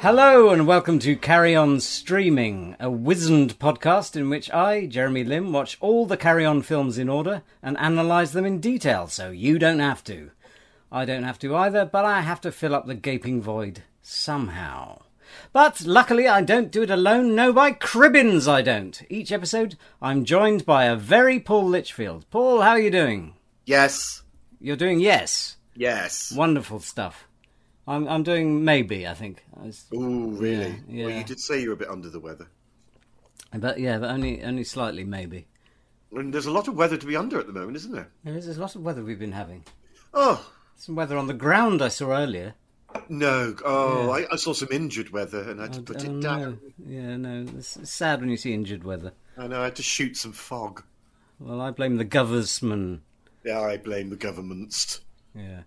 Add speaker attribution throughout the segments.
Speaker 1: Hello and welcome to Carry On Streaming, a wizened podcast in which I, Jeremy Lim, watch all the Carry On films in order and analyse them in detail so you don't have to. I don't have to either, but I have to fill up the gaping void somehow. But luckily, I don't do it alone. No, by cribbins, I don't. Each episode, I'm joined by a very Paul Litchfield. Paul, how are you doing?
Speaker 2: Yes.
Speaker 1: You're doing yes.
Speaker 2: Yes.
Speaker 1: Wonderful stuff. I'm I'm doing maybe. I think. I was-
Speaker 2: Ooh, really?
Speaker 1: Yeah,
Speaker 2: Well,
Speaker 1: yeah.
Speaker 2: you did say you were a bit under the weather.
Speaker 1: But yeah, but only only slightly maybe.
Speaker 2: And there's a lot of weather to be under at the moment, isn't there?
Speaker 1: There is there's lots of weather we've been having.
Speaker 2: Oh,
Speaker 1: Some weather on the ground I saw earlier.
Speaker 2: no. Oh, I, I saw some injured weather and I had to put
Speaker 1: Oh,
Speaker 2: it
Speaker 1: no.
Speaker 2: down.
Speaker 1: Yeah, no. It's it's sad when you see injured weather.
Speaker 2: And I had to shoot some fog.
Speaker 1: Well, I blame the government.
Speaker 2: Yeah, I blame the governments.
Speaker 1: Yeah.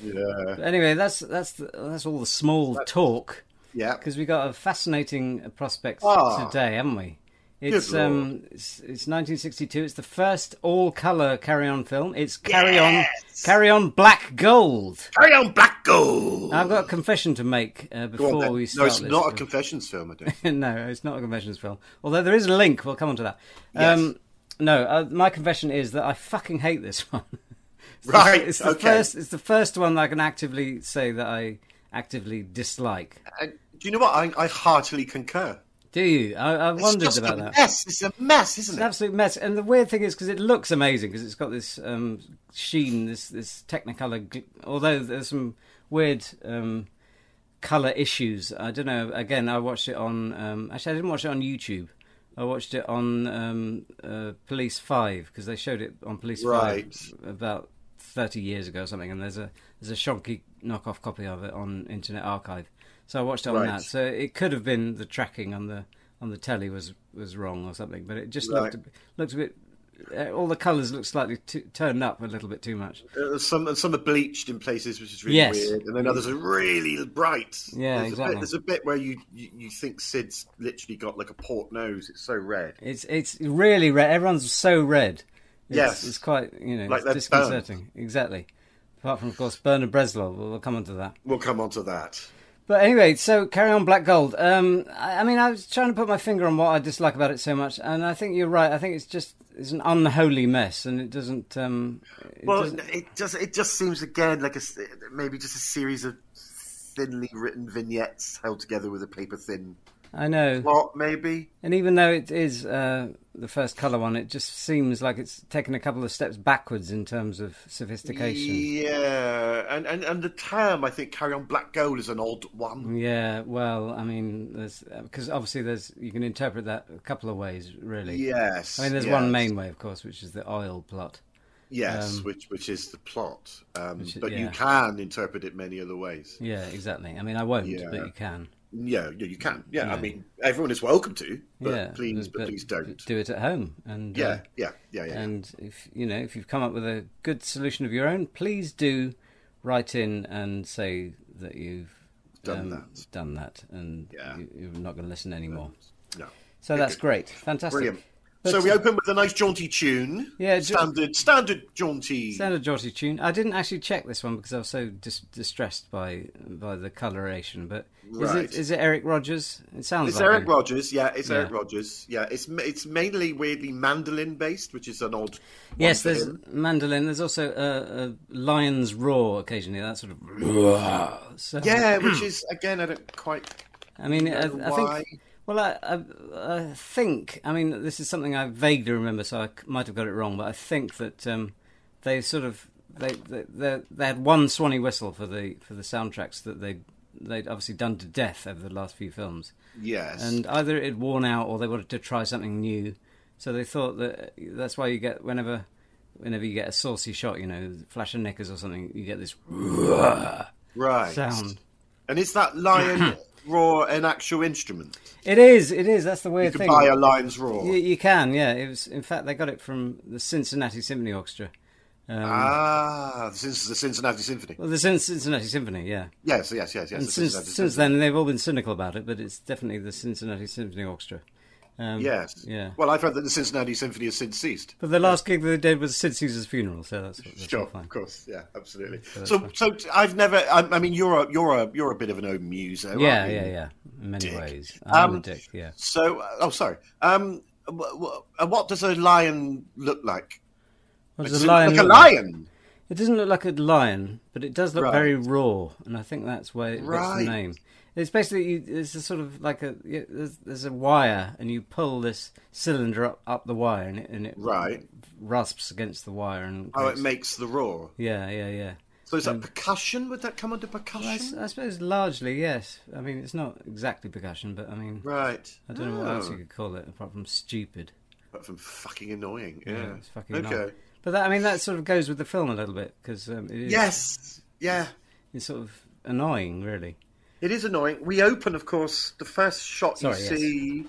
Speaker 2: Yeah.
Speaker 1: But anyway, that's that's the, that's all the small talk.
Speaker 2: Yeah.
Speaker 1: because we got a fascinating prospect
Speaker 2: Ah.
Speaker 1: today, haven't we? It's
Speaker 2: Good lord.
Speaker 1: um, it's, it's 1962. It's the first all-color Carry On film. It's Carry
Speaker 2: Yes!
Speaker 1: On, Carry On Black Gold.
Speaker 2: Carry on, Black Gold!
Speaker 1: I've got a confession to make uh,
Speaker 2: Go on,
Speaker 1: before
Speaker 2: then.
Speaker 1: we
Speaker 2: no,
Speaker 1: start.
Speaker 2: it's
Speaker 1: this.
Speaker 2: not a confessions film, I don't.
Speaker 1: no, it's not a confessions film. Although there is a link. We'll come on to that. Um, no, uh, my confession is that I fucking hate this one. It's the-
Speaker 2: Right,
Speaker 1: It's the
Speaker 2: okay.
Speaker 1: first. It's the first one that I can actively say that I actively dislike.
Speaker 2: And Uh, do you know what? I, I heartily concur.
Speaker 1: Do you? I, I wondered
Speaker 2: it's just
Speaker 1: about
Speaker 2: a
Speaker 1: that.
Speaker 2: mess. It's a mess, isn't
Speaker 1: It's an
Speaker 2: it?
Speaker 1: absolute mess. And the weird thing is, because it looks amazing, because it's got this um, sheen, this this Technicolor. Gl- although there's some weird um, color issues. I don't know. Again, I watched it on. Um, actually, I didn't watch it on YouTube. I watched it on um, uh, Police Five because they showed it on Police
Speaker 2: Right.
Speaker 1: Five about thirty years ago or something. And there's a there's a shonky knockoff copy of it on Internet Archive. So I watched it on
Speaker 2: Right.
Speaker 1: that. So it could have been the tracking on the on the telly was was wrong or something, but it just
Speaker 2: Right.
Speaker 1: looked a, bit- looked a bit. Uh, all the colours look slightly too, turned up a little bit too much.
Speaker 2: Uh, some and some are bleached in places, which is really
Speaker 1: Yes.
Speaker 2: weird, and then others are really bright.
Speaker 1: Yeah,
Speaker 2: there's A
Speaker 1: exactly.
Speaker 2: bit, there's a bit where you, you you think Sid's literally got like a port nose. It's so red.
Speaker 1: It's it's really red. Everyone's so red. It's,
Speaker 2: Yes.
Speaker 1: it's quite you know
Speaker 2: Like
Speaker 1: it's
Speaker 2: they're
Speaker 1: disconcerting. Exactly. Apart from of course Bernard Breslov. We'll, we'll come on to that.
Speaker 2: We'll come on to that.
Speaker 1: But anyway, so carry on Black Gold. Um, I, I mean, I was trying to put my finger on what I dislike about it so much, and I think you're right. I think it's just it's an unholy mess, and it doesn't. Um, it
Speaker 2: well,
Speaker 1: doesn't-
Speaker 2: it just it just seems again like a s- maybe just a series of thinly written vignettes held together with a paper thin
Speaker 1: I know.
Speaker 2: plot, maybe.
Speaker 1: And even though it is uh, the first colour one, it just seems like it's taken a couple of steps backwards in terms of sophistication.
Speaker 2: Yeah, and, and and the term I think "carry on black gold" is an odd one.
Speaker 1: Yeah, well, I mean, because obviously there's you can interpret that a couple of ways, really.
Speaker 2: Yes,
Speaker 1: I mean, there's
Speaker 2: yes,
Speaker 1: one main way, of course, which is the oil plot.
Speaker 2: Yes, which which is the plot, um,
Speaker 1: Um, which-
Speaker 2: but you
Speaker 1: yeah.
Speaker 2: can interpret it many other ways.
Speaker 1: Yeah, exactly. I mean, I won't,
Speaker 2: Yeah.
Speaker 1: but you can.
Speaker 2: Yeah, yeah, you can. Yeah, I mean, everyone is welcome to, but
Speaker 1: yeah,
Speaker 2: please, but, please don't.
Speaker 1: do it at home. And uh,
Speaker 2: yeah, yeah, yeah, yeah.
Speaker 1: and if you know if you've come up with a good solution of your own, please do write in and say that you've um,
Speaker 2: Done that.
Speaker 1: done that, and
Speaker 2: Yeah.
Speaker 1: you, you're not going to listen anymore.
Speaker 2: no,
Speaker 1: So that's great, fantastic.
Speaker 2: brilliant.
Speaker 1: But-
Speaker 2: so we open with a nice jaunty tune.
Speaker 1: Yeah, ju-
Speaker 2: standard, standard jaunty.
Speaker 1: Sounded jaughty tune. I didn't actually check this one because I was so dis- distressed by by the coloration. But is
Speaker 2: Right.
Speaker 1: it is it Eric Rogers? It sounds
Speaker 2: it's
Speaker 1: like
Speaker 2: Eric
Speaker 1: him.
Speaker 2: Rogers. Yeah, it's Eric
Speaker 1: Yeah.
Speaker 2: Rogers. Yeah, it's ma- it's mainly weirdly mandolin based, which is an odd.
Speaker 1: Yes,
Speaker 2: one for
Speaker 1: there's
Speaker 2: him.
Speaker 1: mandolin. There's also a, a lion's roar occasionally. That sort of so,
Speaker 2: Yeah, which is again, I don't quite.
Speaker 1: I mean, I,
Speaker 2: know
Speaker 1: I
Speaker 2: why?
Speaker 1: think. Well, I, I, I think. I mean, this is something I vaguely remember, so I c- might have got it wrong. But I think that um, they sort of they they, they they had one Swanee whistle for the for the soundtracks that they they'd obviously done to death over the last few films,
Speaker 2: Yes,
Speaker 1: and either it had worn out or they wanted to try something new, so they thought that that's why you get whenever. Whenever you get a saucy shot, you know, flash of knickers or something, you get this
Speaker 2: right.
Speaker 1: sound.
Speaker 2: And is that lion roar an actual instrument?
Speaker 1: It is, it is. That's the weird
Speaker 2: You could
Speaker 1: thing.
Speaker 2: buy a lion's roar.
Speaker 1: You, you can, yeah. It was, in fact, they got it from the Cincinnati Symphony Orchestra.
Speaker 2: Ah, since the Cincinnati Symphony.
Speaker 1: Well, the Cin- Cincinnati Symphony, yeah.
Speaker 2: Yes, yes, yes, yes. the
Speaker 1: And since
Speaker 2: Cincinnati
Speaker 1: since then, they've all been cynical about it, but it's definitely the Cincinnati Symphony Orchestra. Um,
Speaker 2: Yes.
Speaker 1: Yeah.
Speaker 2: Well, I've heard that the Cincinnati Symphony has since ceased.
Speaker 1: But the last gig that they did was Sid Caesar's funeral, so that's, that's all
Speaker 2: Sure,
Speaker 1: fine.
Speaker 2: of course, yeah, absolutely.
Speaker 1: that's
Speaker 2: So, so t- I've never. I, I mean, you're a you're a you're a bit of an old muser. aren't
Speaker 1: Yeah,
Speaker 2: you?
Speaker 1: yeah, yeah. In many
Speaker 2: dick.
Speaker 1: ways, I'm
Speaker 2: Um,
Speaker 1: a dick. Yeah.
Speaker 2: So, uh, oh, sorry. Um, w- w- uh, what does a lion look like?
Speaker 1: What
Speaker 2: Does
Speaker 1: does
Speaker 2: it
Speaker 1: a
Speaker 2: look
Speaker 1: lion?
Speaker 2: like a
Speaker 1: look like?
Speaker 2: lion.
Speaker 1: It doesn't look like a lion, but it does look
Speaker 2: Right.
Speaker 1: very raw, and I think that's where it gets the
Speaker 2: Right.
Speaker 1: name. It's basically you- it's a sort of like a yeah, there's, there's a wire, and you pull this cylinder up, up the wire, and it, and it
Speaker 2: Right.
Speaker 1: rasps against the wire, and
Speaker 2: Oh, it
Speaker 1: creates-
Speaker 2: makes the roar.
Speaker 1: yeah, yeah, yeah.
Speaker 2: So is that percussion? Would that come under percussion?
Speaker 1: I, s- I suppose largely yes. I mean, it's not exactly percussion, but I mean,
Speaker 2: Right.
Speaker 1: I don't know what
Speaker 2: Oh.
Speaker 1: else you could call it apart from stupid.
Speaker 2: Apart from fucking annoying. Yeah.
Speaker 1: Yeah, it's fucking
Speaker 2: okay.
Speaker 1: annoying. But that I mean, that sort of goes with the film a little bit because um, it is
Speaker 2: Yes. Yeah.
Speaker 1: it's sort of annoying, really.
Speaker 2: It is annoying. We open, of course. The first shot
Speaker 1: Sorry,
Speaker 2: you
Speaker 1: yes.
Speaker 2: see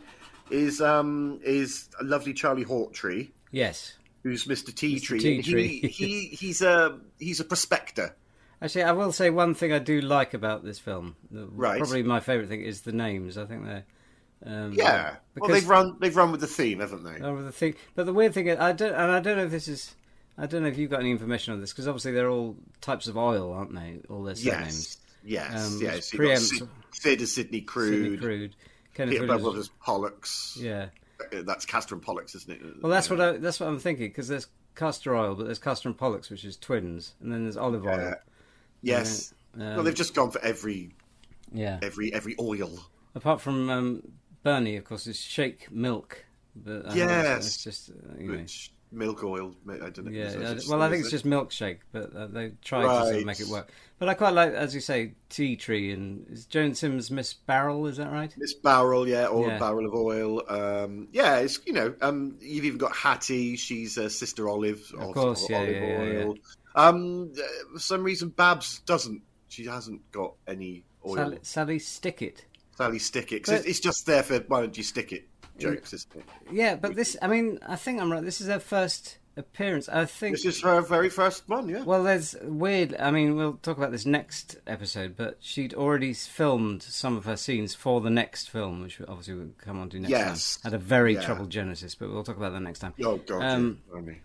Speaker 2: is um is a lovely Charlie Hawtree,
Speaker 1: Yes,
Speaker 2: who's Mr. Tea Tree.
Speaker 1: Tea
Speaker 2: and
Speaker 1: Tree.
Speaker 2: He, he he's a he's a prospector.
Speaker 1: Actually, I will say one thing I do like about this film. The-
Speaker 2: Right.
Speaker 1: Probably my favourite thing is the names. I think they're. Um,
Speaker 2: Yeah.
Speaker 1: Because,
Speaker 2: well, they've run they've run with the theme, haven't they?
Speaker 1: oh, the thing, but the weird thing, is, I don't, and I don't know if this is, I don't know if you've got any information on this because obviously they're all types of oil, aren't they? All their surnames.
Speaker 2: yes. Yes.
Speaker 1: Um,
Speaker 2: yes.
Speaker 1: which
Speaker 2: You've got
Speaker 1: preempts-
Speaker 2: Sid, Sid is Sidney
Speaker 1: Sidney
Speaker 2: Crude.
Speaker 1: Crude, Kenneth
Speaker 2: Peter Bevel
Speaker 1: Williams.
Speaker 2: is Pollux.
Speaker 1: Yeah.
Speaker 2: Uh, That's Castor and Pollux, isn't it?
Speaker 1: Well, that's what I, that's what I'm thinking because there's castor oil, but there's castor and pollux, which is twins, and then there's olive oil.
Speaker 2: Yeah. Yes. well,
Speaker 1: Um,
Speaker 2: they've just gone for every
Speaker 1: yeah.
Speaker 2: every every oil.
Speaker 1: Apart from um, Bernie, of course, is shake milk. But I think
Speaker 2: Yes.
Speaker 1: It's just uh, you know.
Speaker 2: Which milk oil? I don't know.
Speaker 1: Yeah,
Speaker 2: Is that
Speaker 1: I-
Speaker 2: just-
Speaker 1: well, I
Speaker 2: is
Speaker 1: think it's
Speaker 2: it?
Speaker 1: just milkshake, but uh, they tried to sort
Speaker 2: Right.
Speaker 1: of make it work. But I quite like, as you say, tea tree and is Joan Sims Miss Barrel? Is that right?
Speaker 2: It's barrel, yeah, or
Speaker 1: Yeah.
Speaker 2: a barrel of oil. Um, yeah, it's you know, um, you've even got Hattie. She's uh, sister Olive of,
Speaker 1: course,
Speaker 2: of
Speaker 1: yeah,
Speaker 2: olive
Speaker 1: yeah, yeah,
Speaker 2: oil. Um, uh, for some reason, Babs doesn't. She hasn't got any oil.
Speaker 1: Sally, Sally
Speaker 2: Sally,
Speaker 1: Stickett.
Speaker 2: stick it. 'cause
Speaker 1: But-
Speaker 2: it's, it's just there for why don't you stick it jokes, isn't it?
Speaker 1: Yeah, but this, I mean, I think I'm right. This is her first appearance. I think.
Speaker 2: This is her very first one, yeah.
Speaker 1: Well, there's weird. I mean, we'll talk about this next episode, but she'd already filmed some of her scenes for the next film, which we- obviously we'll come on to next
Speaker 2: Yes.
Speaker 1: time. Had a very
Speaker 2: Yeah.
Speaker 1: troubled genesis, but we'll talk about that next time.
Speaker 2: Oh god,
Speaker 1: Um,
Speaker 2: yeah, blimey.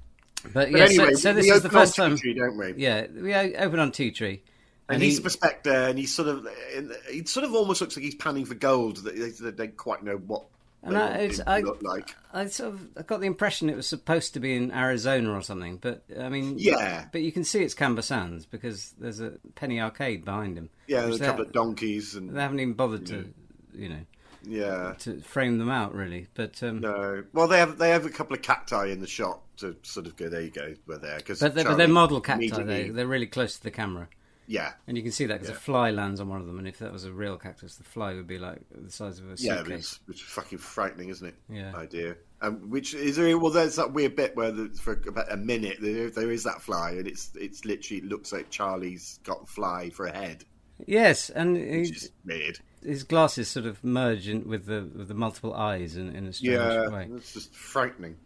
Speaker 1: But,
Speaker 2: But
Speaker 1: yeah, so-
Speaker 2: anyway,
Speaker 1: so, this
Speaker 2: we
Speaker 1: is the
Speaker 2: open on
Speaker 1: first time.
Speaker 2: Tea Tree, don't we?
Speaker 1: Yeah, we o- open on Tea Tree.
Speaker 2: And, he's
Speaker 1: he-
Speaker 2: a prospector, and he's sort of, and he sort of almost looks like he's panning for gold. That they, they don't quite know what
Speaker 1: And
Speaker 2: they
Speaker 1: I-
Speaker 2: want
Speaker 1: it's-
Speaker 2: him to
Speaker 1: I-
Speaker 2: look like.
Speaker 1: I sort of I got the impression it was supposed to be in Arizona or something, but I mean,
Speaker 2: Yeah.
Speaker 1: But you can see it's Canberra Sands because there's a penny arcade behind him.
Speaker 2: Yeah, and
Speaker 1: which
Speaker 2: a
Speaker 1: they,
Speaker 2: couple of Mm. donkeys, and
Speaker 1: they haven't even bothered to, you know,
Speaker 2: yeah,
Speaker 1: to frame them out really. But um,
Speaker 2: no. Well, they have they have a couple of cacti in the shop to sort of go. There you go, we're there. Because
Speaker 1: but, they're, but they're model cacti. They, they're really close to the camera,
Speaker 2: yeah,
Speaker 1: and you can see that because a fly lands on one of them. And if that was a real cactus, the fly would be like the size of a
Speaker 2: yeah,
Speaker 1: suitcase.
Speaker 2: it's, it's fucking frightening, isn't it?
Speaker 1: Yeah.
Speaker 2: idea. Um, which is there? Well, there's that weird bit where the, for about a minute there, there is that fly, and it's it's literally it looks like Charlie's got a fly for a head,
Speaker 1: Yes, and he,
Speaker 2: which is weird.
Speaker 1: his glasses sort of merge in, with the with the multiple eyes in, in a strange
Speaker 2: Yeah,
Speaker 1: way.
Speaker 2: it's just frightening.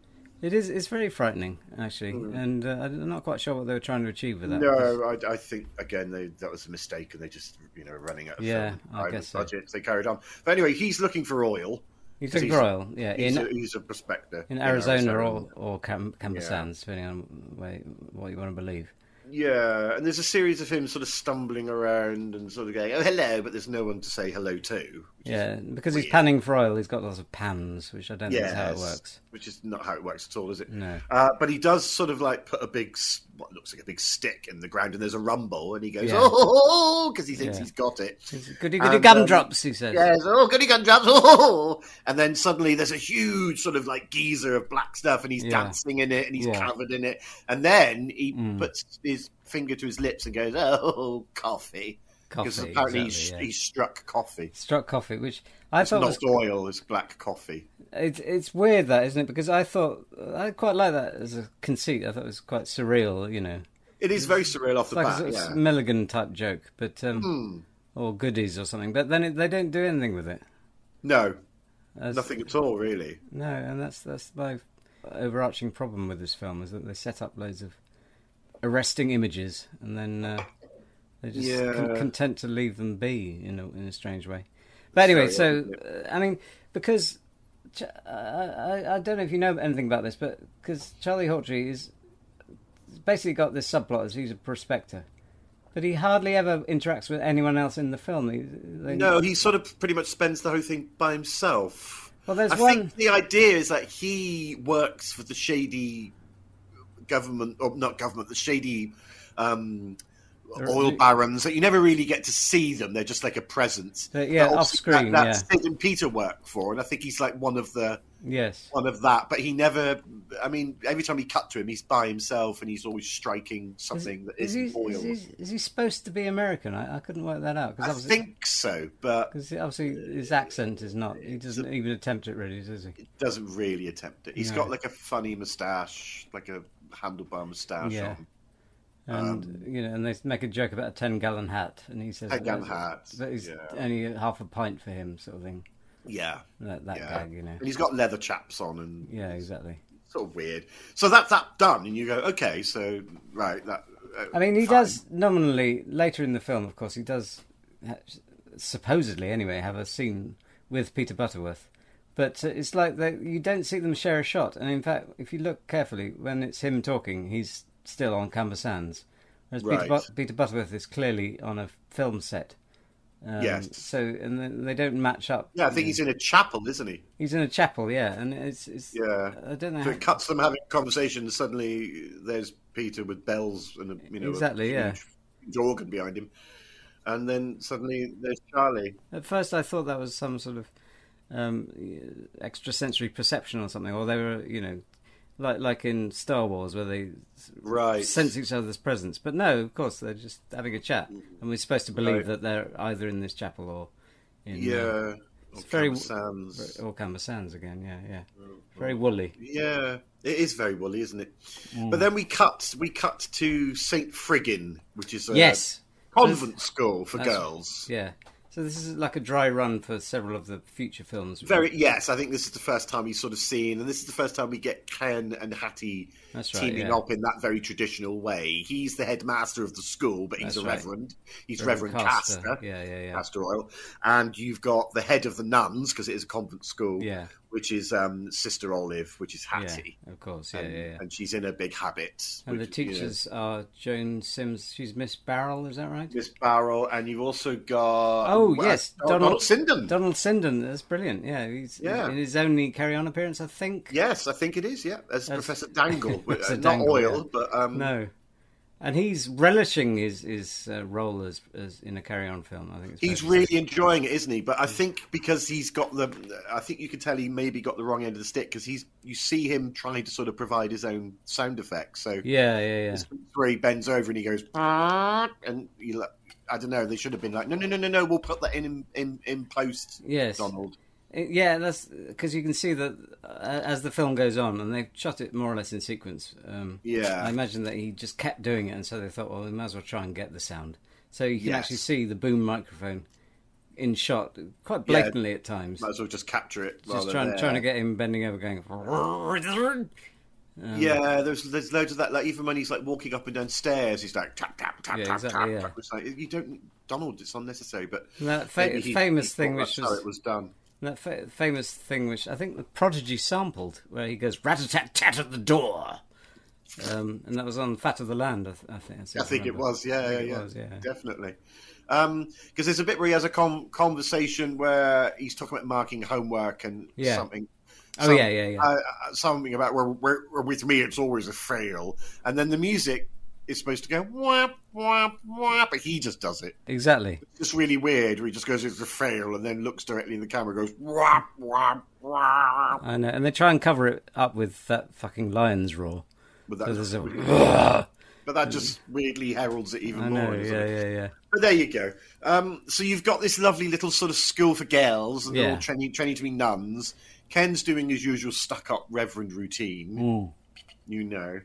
Speaker 1: It is. It's very frightening, actually, and uh, I'm not quite sure what they were trying to achieve with that. because-
Speaker 2: Hmm. No, I, I think again they, that was a mistake, and they just you know running out of
Speaker 1: Yeah,
Speaker 2: film
Speaker 1: I
Speaker 2: time
Speaker 1: guess so.
Speaker 2: and budget. So. They carried on, but anyway, he's looking for oil.
Speaker 1: he's
Speaker 2: because
Speaker 1: a Groyle, yeah,
Speaker 2: He's,
Speaker 1: in
Speaker 2: a, he's a prospector
Speaker 1: in Arizona,
Speaker 2: Arizona.
Speaker 1: or or Cam- Camber
Speaker 2: Yeah.
Speaker 1: Sands, depending on way, what you want to believe.
Speaker 2: yeah. And there's a series of him sort of stumbling around and sort of going, "Oh, hello," but there's no one to say hello to. Which
Speaker 1: Yeah, because he's
Speaker 2: weird.
Speaker 1: panning for oil, he's got lots of pans, which I don't
Speaker 2: is,
Speaker 1: think is how it
Speaker 2: yes,
Speaker 1: works.
Speaker 2: Which is not how it works at all, is it?
Speaker 1: No.
Speaker 2: Uh, but he does sort of like put a big, s- what looks like a big stick in the ground, and there's a rumble, and he goes,
Speaker 1: Yeah.
Speaker 2: "Oh," because he thinks
Speaker 1: Yeah.
Speaker 2: he's got it.
Speaker 1: Goody goody
Speaker 2: um,
Speaker 1: gumdrops, he says.
Speaker 2: Yes, oh, goody gumdrops, oh! And then suddenly there's a huge sort of like geezer of black stuff, and he's
Speaker 1: Yeah.
Speaker 2: dancing in it, and he's
Speaker 1: Yeah.
Speaker 2: covered in it. And then he
Speaker 1: Mm.
Speaker 2: puts his finger to his lips and goes, oh, coffee.
Speaker 1: coffee.
Speaker 2: Because apparently he
Speaker 1: exactly,
Speaker 2: sh-
Speaker 1: yeah.
Speaker 2: he struck coffee.
Speaker 1: struck coffee, which I
Speaker 2: It's
Speaker 1: thought
Speaker 2: not
Speaker 1: was
Speaker 2: oil, it's black coffee.
Speaker 1: It's it's weird that, isn't it? Because I thought I quite like that as a conceit. I thought it was quite surreal, you know,
Speaker 2: It is very surreal off the
Speaker 1: like a
Speaker 2: bat,
Speaker 1: sort of
Speaker 2: yeah. Hmm.
Speaker 1: Milligan type joke, but um, or goodies or something. But then it, they don't do anything with it.
Speaker 2: No,
Speaker 1: As-
Speaker 2: nothing at all, really.
Speaker 1: No, and that's that's my overarching problem with this film is that they set up loads of arresting images and then uh, they're just con-
Speaker 2: Yeah.
Speaker 1: content to leave them be in a, in a strange way. But anyway,
Speaker 2: Sorry,
Speaker 1: so uh, I mean, because Ch- I, I, I don't know if you know anything about this, but because Charlie Hawtrey is he's basically got this subplot as he's a prospector, but he hardly ever interacts with anyone else in the film. He, they-
Speaker 2: No, he sort of pretty much spends the whole thing by himself.
Speaker 1: Well, there's
Speaker 2: I
Speaker 1: one-
Speaker 2: think the idea is that he works for the shady government, or not government, the shady um,
Speaker 1: They're-
Speaker 2: oil
Speaker 1: they-
Speaker 2: barons that you never really get to see them. They're just like a presence.
Speaker 1: They're- yeah,
Speaker 2: That
Speaker 1: off
Speaker 2: obviously-
Speaker 1: screen,
Speaker 2: That,
Speaker 1: yeah.
Speaker 2: that Sid and Peter work for, and I think he's like one of the
Speaker 1: yes.
Speaker 2: one of that. But he never. I mean, every time we cut to him, he's by himself, and he's always striking something that
Speaker 1: Is
Speaker 2: isn't
Speaker 1: he,
Speaker 2: oil.
Speaker 1: is, he, is he supposed to be American? I, I couldn't work that out
Speaker 2: I
Speaker 1: because obviously,
Speaker 2: think uh, so, but
Speaker 1: 'cause obviously his accent is not. He doesn't even attempt it, really, does he?
Speaker 2: doesn't really attempt it. He's
Speaker 1: No.
Speaker 2: got like a funny moustache, like a handlebar moustache
Speaker 1: Yeah.
Speaker 2: on. Um,
Speaker 1: And you know, and they make a joke about a ten-gallon hat, and he says,
Speaker 2: Ten-gallon
Speaker 1: that-
Speaker 2: hat,
Speaker 1: That is
Speaker 2: yeah.
Speaker 1: only half a pint for him, sort of thing.
Speaker 2: Yeah.
Speaker 1: That, that
Speaker 2: Yeah.
Speaker 1: gag, you know.
Speaker 2: And he's got leather chaps on and
Speaker 1: Yeah, exactly.
Speaker 2: sort of weird. So that's that done and you go, okay, so right, that uh,
Speaker 1: I mean, he
Speaker 2: fine.
Speaker 1: does nominally later in the film, of course, he does ha- supposedly anyway have a scene with Peter Butterworth, but uh, it's like they, you don't see them share a shot. And in fact, if you look carefully, when it's him talking, he's still on Camber Sands, whereas Peter,
Speaker 2: Right.
Speaker 1: But- Peter Butterworth is clearly on a film set. Um,
Speaker 2: Yes.
Speaker 1: So and then they don't match up.
Speaker 2: Yeah, I think he's in a chapel, isn't he?
Speaker 1: he's in a chapel, yeah, and it's it's
Speaker 2: Yeah.
Speaker 1: I don't know.
Speaker 2: So
Speaker 1: how-
Speaker 2: it cuts them having a conversation and suddenly there's Peter with bells and a you know a
Speaker 1: Exactly, yeah.
Speaker 2: huge, huge organ behind him. And then suddenly there's Charlie.
Speaker 1: At first, I thought that was some sort of um, extrasensory perception or something, or they were, you know, like like in Star Wars where they s-
Speaker 2: Right.
Speaker 1: sense each other's presence. But no, of course, they're just having a chat, and we're supposed to believe
Speaker 2: Mm. Right.
Speaker 1: that they're either in this chapel or in uh,
Speaker 2: yeah. Or
Speaker 1: very-
Speaker 2: Camber Sands.
Speaker 1: or Camber Sands again. Yeah, yeah,
Speaker 2: Oh,
Speaker 1: very woolly.
Speaker 2: Yeah, it is very woolly, isn't it?
Speaker 1: Mm.
Speaker 2: But then we cut we cut to Saint Friggin, which is a
Speaker 1: yes,
Speaker 2: convent school for
Speaker 1: That's-
Speaker 2: girls.
Speaker 1: yeah. So this is like a dry run for several of the future films.
Speaker 2: Very yes, I think this is the first time he's sort of seen, and this is the first time we get Ken and Hattie
Speaker 1: That's right,
Speaker 2: teaming
Speaker 1: yeah.
Speaker 2: up in that very traditional way. He's the headmaster of the school, but he's
Speaker 1: That's
Speaker 2: a
Speaker 1: right.
Speaker 2: reverend. He's
Speaker 1: Reverend
Speaker 2: Reverend,
Speaker 1: Castor.
Speaker 2: Castor,
Speaker 1: Yeah, yeah, yeah.
Speaker 2: Castor Oil, and you've got the head of the nuns because it is a convent school,
Speaker 1: Yeah.
Speaker 2: which is um, Sister Olive, which is
Speaker 1: yeah,
Speaker 2: Hattie,
Speaker 1: of course, yeah,
Speaker 2: and,
Speaker 1: yeah, yeah.
Speaker 2: and she's in a big habit.
Speaker 1: And the
Speaker 2: which, you know,
Speaker 1: teachers are Joan Sims. She's Miss Barrel, is that right?
Speaker 2: Miss Barrel, and you've also got
Speaker 1: Oh
Speaker 2: well,
Speaker 1: yes,
Speaker 2: Donald, Sinden.
Speaker 1: Donald Sinden. That's brilliant. Yeah, he's
Speaker 2: Yeah.
Speaker 1: in his only carry-on appearance, I think.
Speaker 2: yes, I think it is. Yeah, as Professor Dangle,
Speaker 1: Professor
Speaker 2: not
Speaker 1: Dangle,
Speaker 2: oil,
Speaker 1: yeah.
Speaker 2: but um,
Speaker 1: No, and he's relishing his his uh, role as, as in a carry-on film. I think it's
Speaker 2: he's
Speaker 1: fair to say.
Speaker 2: really enjoying it, isn't he?
Speaker 1: Mm.
Speaker 2: But I think because he's got the, I think you can tell he maybe got the wrong end of the stick because he's you see him trying to sort of provide his own sound effects. So
Speaker 1: Yeah, yeah, yeah.
Speaker 2: three bends over and he goes, "Ah," and you like, I don't know. They should have been like, no, no, no, no, no. We'll put that in in in post.
Speaker 1: Yes.
Speaker 2: Donald.
Speaker 1: It- Uh, Yeah, that's because you can see that uh, as the film goes on, and they've shot it more or less in sequence. Um,
Speaker 2: Yeah.
Speaker 1: I imagine that he just kept doing it, and so they thought, well, we might as well try and get the sound. So you can
Speaker 2: Yes.
Speaker 1: actually see the boom microphone in shot quite blatantly at times.
Speaker 2: Might as well just capture it.
Speaker 1: Just
Speaker 2: rather
Speaker 1: trying,
Speaker 2: there.
Speaker 1: trying to get him bending over, going.
Speaker 2: Yeah, there's there's loads of that. Like even when he's like walking up and down stairs, he's like tap tap tap
Speaker 1: Yeah,
Speaker 2: tap
Speaker 1: exactly,
Speaker 2: tap.
Speaker 1: yeah.
Speaker 2: tap. It's like you don't, Donald. It's unnecessary. But
Speaker 1: And that fa-
Speaker 2: maybe
Speaker 1: famous
Speaker 2: thought
Speaker 1: thing which
Speaker 2: that's how
Speaker 1: was-
Speaker 2: it was done.
Speaker 1: That fa- famous thing, which I think the Prodigy sampled, where he goes rat a tat tat at the door, um, and that was on Fat of the Land. I, th- I think.
Speaker 2: I think it
Speaker 1: remember.
Speaker 2: was. Yeah, yeah,
Speaker 1: think it
Speaker 2: yeah,
Speaker 1: was, yeah.
Speaker 2: definitely. Because there's a bit where he has a con conversation where he's talking about marking homework and
Speaker 1: Yeah.
Speaker 2: something.
Speaker 1: Oh, yeah, yeah, yeah.
Speaker 2: Uh, uh, something about where, where, where with me it's always a fail, and then the music is supposed to go whap whap whap, but he just does it.
Speaker 1: Exactly.
Speaker 2: It's really weird where he just goes, it's a fail, and then looks directly in the camera and goes, whap, whap, whap.
Speaker 1: I know, and they try and cover it up with that fucking lion's roar.
Speaker 2: But
Speaker 1: So
Speaker 2: that,
Speaker 1: there's a-
Speaker 2: but that just weirdly heralds it even
Speaker 1: I know,
Speaker 2: more. doesn't
Speaker 1: yeah,
Speaker 2: it?
Speaker 1: yeah, yeah.
Speaker 2: But there you go. Um, so you've got this lovely little sort of school for girls, and they're
Speaker 1: Yeah.
Speaker 2: all training, training to be nuns. Ken's doing his usual stuck up reverend routine, you know.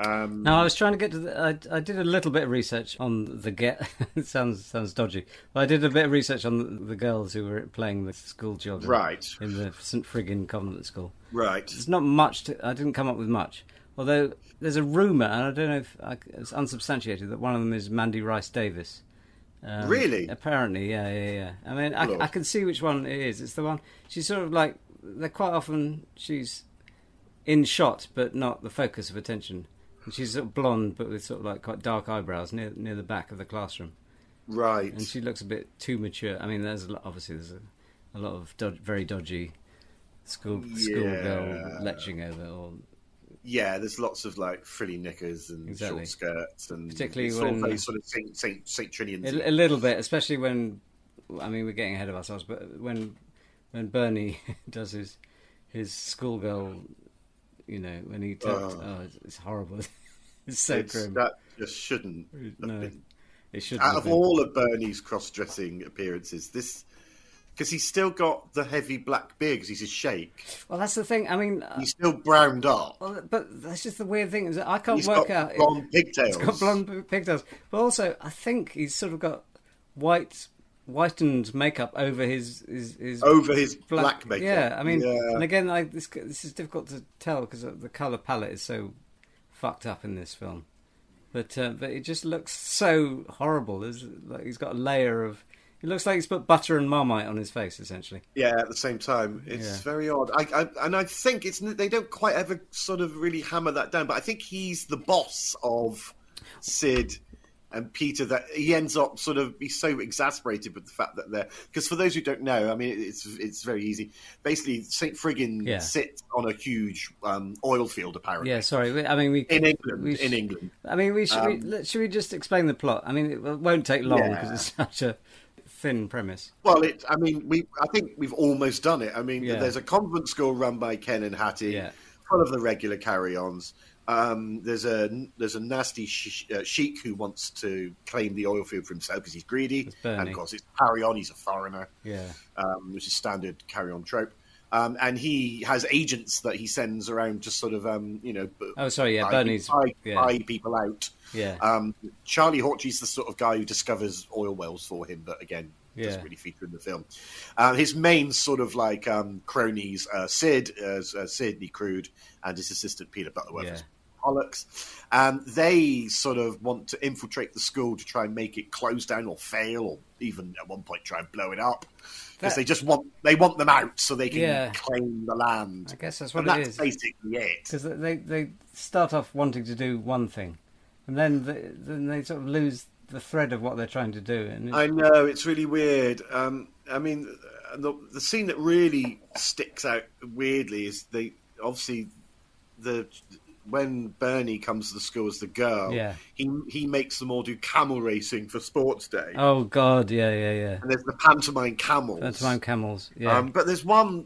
Speaker 2: Um,
Speaker 1: Now I was trying to get to. The, I, I did a little bit of research on the get. it sounds sounds dodgy, but I did a bit of research on the, the girls who were playing the school children,
Speaker 2: Right.
Speaker 1: in the St Friggin Convent School.
Speaker 2: Right.
Speaker 1: There's not much. To, I didn't come up with much. Although there's a rumor, and I don't know if I, it's unsubstantiated, that one of them is Mandy Rice Davis. Um,
Speaker 2: Really?
Speaker 1: Apparently, yeah, yeah, yeah. I mean, I,
Speaker 2: Lord.
Speaker 1: I can see which one it is. It's the one she's sort of like they're quite often she's in shot but not the focus of attention. And she's sort of blonde but with sort of like quite dark eyebrows near near the back of the classroom,
Speaker 2: Right.
Speaker 1: and she looks a bit too mature. I mean, there's a lot, obviously there's a, a lot of dod- very dodgy school schoolgirl
Speaker 2: Yeah.
Speaker 1: leching over, or
Speaker 2: yeah, there's lots of like frilly knickers and
Speaker 1: Exactly.
Speaker 2: short skirts and
Speaker 1: Particularly
Speaker 2: it's all
Speaker 1: when-
Speaker 2: those sort of Saint Saint Saint Trinians.
Speaker 1: a, a little bit, especially when I mean we're getting ahead of ourselves, but when when Bernie does his his schoolgirl, you know, when he turns,
Speaker 2: Oh.
Speaker 1: oh, it's, it's horrible. it's so
Speaker 2: It's-
Speaker 1: grim.
Speaker 2: that just shouldn't. have
Speaker 1: No.
Speaker 2: been.
Speaker 1: It should
Speaker 2: Out of all of Bernie's cross-dressing appearances, this because he's still got the heavy black beard 'cause he's a shake.
Speaker 1: Well, that's the thing. I mean, uh,
Speaker 2: He's still browned up.
Speaker 1: well, but that's just the weird thing is that I can't
Speaker 2: He's
Speaker 1: work
Speaker 2: got
Speaker 1: out.
Speaker 2: blonde pigtails.
Speaker 1: He's got blonde p- pigtails, but also I think he's sort of got white, whitened makeup over his his, his
Speaker 2: over his Oh, black, makeup.
Speaker 1: Yeah, I mean,
Speaker 2: Yeah.
Speaker 1: and again, like this this is difficult to tell because the color palette is so fucked up in this film. But uh, but it just looks so horrible. There's like he's got a layer of. It looks like he's put butter and marmite on his face, essentially.
Speaker 2: Yeah, at the same time, it's
Speaker 1: Yeah.
Speaker 2: very odd. I, I and I think it's they don't quite ever sort of really hammer that down, but I think he's the boss of Sid and Peter that he ends up sort of be so exasperated with the fact that they're because for those who don't know, I mean, it's it's very easy. Basically, Saint Friggin
Speaker 1: Yeah.
Speaker 2: sits on a huge um, oil field apparently
Speaker 1: Yeah, sorry. we- I mean, we
Speaker 2: in England.
Speaker 1: we sh-
Speaker 2: in England,
Speaker 1: I mean, we should, we, let- should we just explain the plot? I mean, it won't take long because
Speaker 2: Yeah.
Speaker 1: it's such a thin premise.
Speaker 2: Well, it. I mean, we. I think we've almost done it. I mean,
Speaker 1: Yeah.
Speaker 2: there's a convent school run by Ken and Hattie,
Speaker 1: Yeah.
Speaker 2: full of the regular carry-ons. Um, there's a there's a nasty sh- uh, sheik who wants to claim the oil field for himself because he's greedy,
Speaker 1: Bernie.
Speaker 2: and of course it's carry-on. He's a foreigner,
Speaker 1: Yeah.
Speaker 2: um, which is standard carry-on trope. Um, and he has agents that he sends around, just sort of, um, you know, b-
Speaker 1: Oh, sorry. Yeah,
Speaker 2: buy-
Speaker 1: Bernie's.
Speaker 2: buy,
Speaker 1: yeah,
Speaker 2: buy people out.
Speaker 1: yeah.
Speaker 2: Um, Charlie Hawtrey's the sort of guy who discovers oil wells for him, but again,
Speaker 1: Yeah.
Speaker 2: doesn't really feature in the film. Um, his main sort of like um, cronies, uh, Sid, uh, uh, Sidney Crude, and his assistant Peter Butterworth.
Speaker 1: Yeah.
Speaker 2: as Pollux. Um, they sort of want to infiltrate the school to try and make it close down or fail, or even at one point try and blow it up
Speaker 1: That-
Speaker 2: because they just want they want them out so they can
Speaker 1: Yeah.
Speaker 2: claim the land.
Speaker 1: I guess that's what
Speaker 2: And
Speaker 1: it
Speaker 2: that's
Speaker 1: is.
Speaker 2: basically it.
Speaker 1: because they they start off wanting to do one thing, and then the, then they sort of lose the thread of what they're trying to do. And it-
Speaker 2: I know it's really weird. Um, I mean, the, the scene that really sticks out weirdly is they obviously the when Bernie comes to the school as the girl,
Speaker 1: Yeah.
Speaker 2: he he makes them all do camel racing for sports day,
Speaker 1: oh God, yeah, yeah, yeah.
Speaker 2: and there's the pantomime camels.
Speaker 1: Pantomime camels, yeah.
Speaker 2: Um, but there's one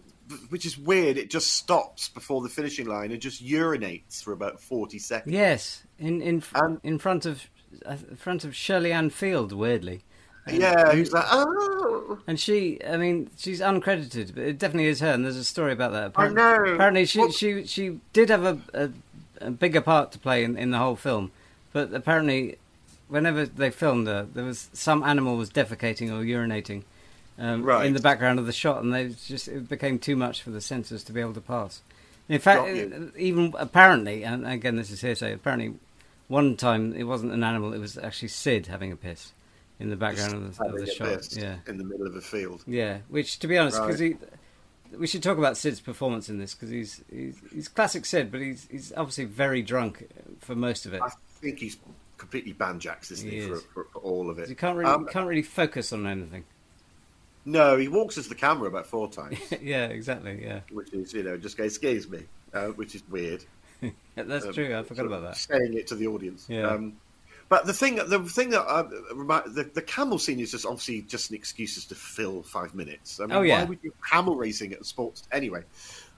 Speaker 2: which is weird. It just stops before the finishing line and just urinates for about forty seconds.
Speaker 1: yes, in in fr-
Speaker 2: Um,
Speaker 1: in front of uh, in front of Shirley Ann Field, weirdly.
Speaker 2: Yeah, he's like, oh.
Speaker 1: And she, I mean, she's uncredited, but it definitely is her. And there's a story about that.
Speaker 2: I
Speaker 1: Apparent-
Speaker 2: know.
Speaker 1: Apparently, she
Speaker 2: Well-
Speaker 1: she she did have a, a, a bigger part to play in, in the whole film, but apparently, whenever they filmed her, there was some animal was defecating or urinating um,
Speaker 2: Right.
Speaker 1: in the background of the shot, and they just it became too much for the censors to be able to pass. In fact, uh,
Speaker 2: Got you.
Speaker 1: even apparently, and again, this is hearsay. Apparently, one time it wasn't an animal; it was actually Sid having a piss in the background of the, of the
Speaker 2: Having a
Speaker 1: shot.
Speaker 2: piss
Speaker 1: Yeah.
Speaker 2: in the middle of a field.
Speaker 1: Yeah, which to be honest, because
Speaker 2: Right.
Speaker 1: he, we should talk about Sid's performance in this because he's, he's he's classic Sid, but he's he's obviously very drunk for most of it.
Speaker 2: I think he's completely banjaxed, isn't
Speaker 1: He
Speaker 2: he, for,
Speaker 1: is.
Speaker 2: for, for all of it?
Speaker 1: You can't really
Speaker 2: Um,
Speaker 1: can't really focus on anything.
Speaker 2: no, he walks as the camera about four times,
Speaker 1: yeah, exactly. Yeah,
Speaker 2: which is you know just goes excuse me, uh, which is weird.
Speaker 1: Yeah, that's
Speaker 2: Um,
Speaker 1: true. I forgot
Speaker 2: sort of
Speaker 1: about that.
Speaker 2: Saying it to the audience.
Speaker 1: Yeah.
Speaker 2: Um, but the thing, the thing that uh, remi- the, the camel scene is just obviously just an excuse just to fill five minutes. I mean,
Speaker 1: Oh, yeah.
Speaker 2: Why would you camel racing at a sports anyway?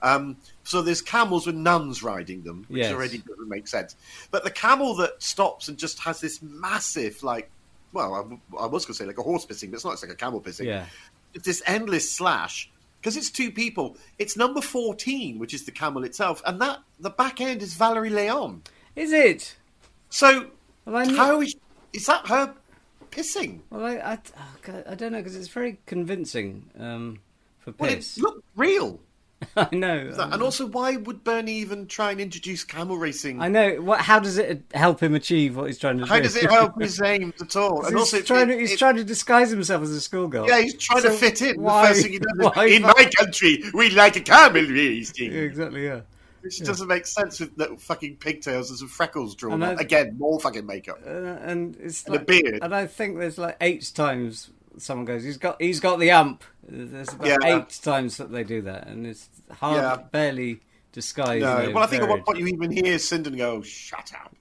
Speaker 2: Um, so there's camels with nuns riding them, which
Speaker 1: Yes.
Speaker 2: already doesn't make sense. But the camel that stops and just has this massive like. Well, I, I was going to say like a horse pissing, but it's not. It's like a camel pissing
Speaker 1: Yeah,
Speaker 2: it's this endless slash because it's two people. It's number fourteen, which is the camel itself, and that the back end is Valerie Leon.
Speaker 1: is it?
Speaker 2: So
Speaker 1: Well, I knew-
Speaker 2: how is is that her pissing?
Speaker 1: Well, I I, oh, God, I don't know because it's very convincing um, for
Speaker 2: Well,
Speaker 1: piss.
Speaker 2: it looked real.
Speaker 1: I know.
Speaker 2: That- And also, why would Bernie even try and introduce camel racing?
Speaker 1: I know. What? How does it help him achieve what he's trying to do?
Speaker 2: How does it help his aims at all?
Speaker 1: he's
Speaker 2: it-
Speaker 1: trying, to,
Speaker 2: it-
Speaker 1: he's
Speaker 2: it-
Speaker 1: trying to disguise himself as a schoolgirl.
Speaker 2: Yeah, he's trying
Speaker 1: So
Speaker 2: to fit in.
Speaker 1: why-
Speaker 2: the first thing he does
Speaker 1: why
Speaker 2: is, in
Speaker 1: fuck-
Speaker 2: my country, we like a camel racing.
Speaker 1: Yeah, exactly. Yeah.
Speaker 2: Which doesn't make sense with little fucking pigtails and some freckles drawn
Speaker 1: And
Speaker 2: on.
Speaker 1: that's-
Speaker 2: Again, more fucking makeup.
Speaker 1: Uh, and it's
Speaker 2: And a
Speaker 1: like,
Speaker 2: beard.
Speaker 1: And I think there's like eight times someone goes, "He's got, he's got the ump." There's about
Speaker 2: Yeah.
Speaker 1: eight times that they do that, and it's hard,
Speaker 2: Yeah.
Speaker 1: barely disguised.
Speaker 2: No,
Speaker 1: though,
Speaker 2: well, I think at one
Speaker 1: buried.
Speaker 2: point you even hear Sindon go, shut up.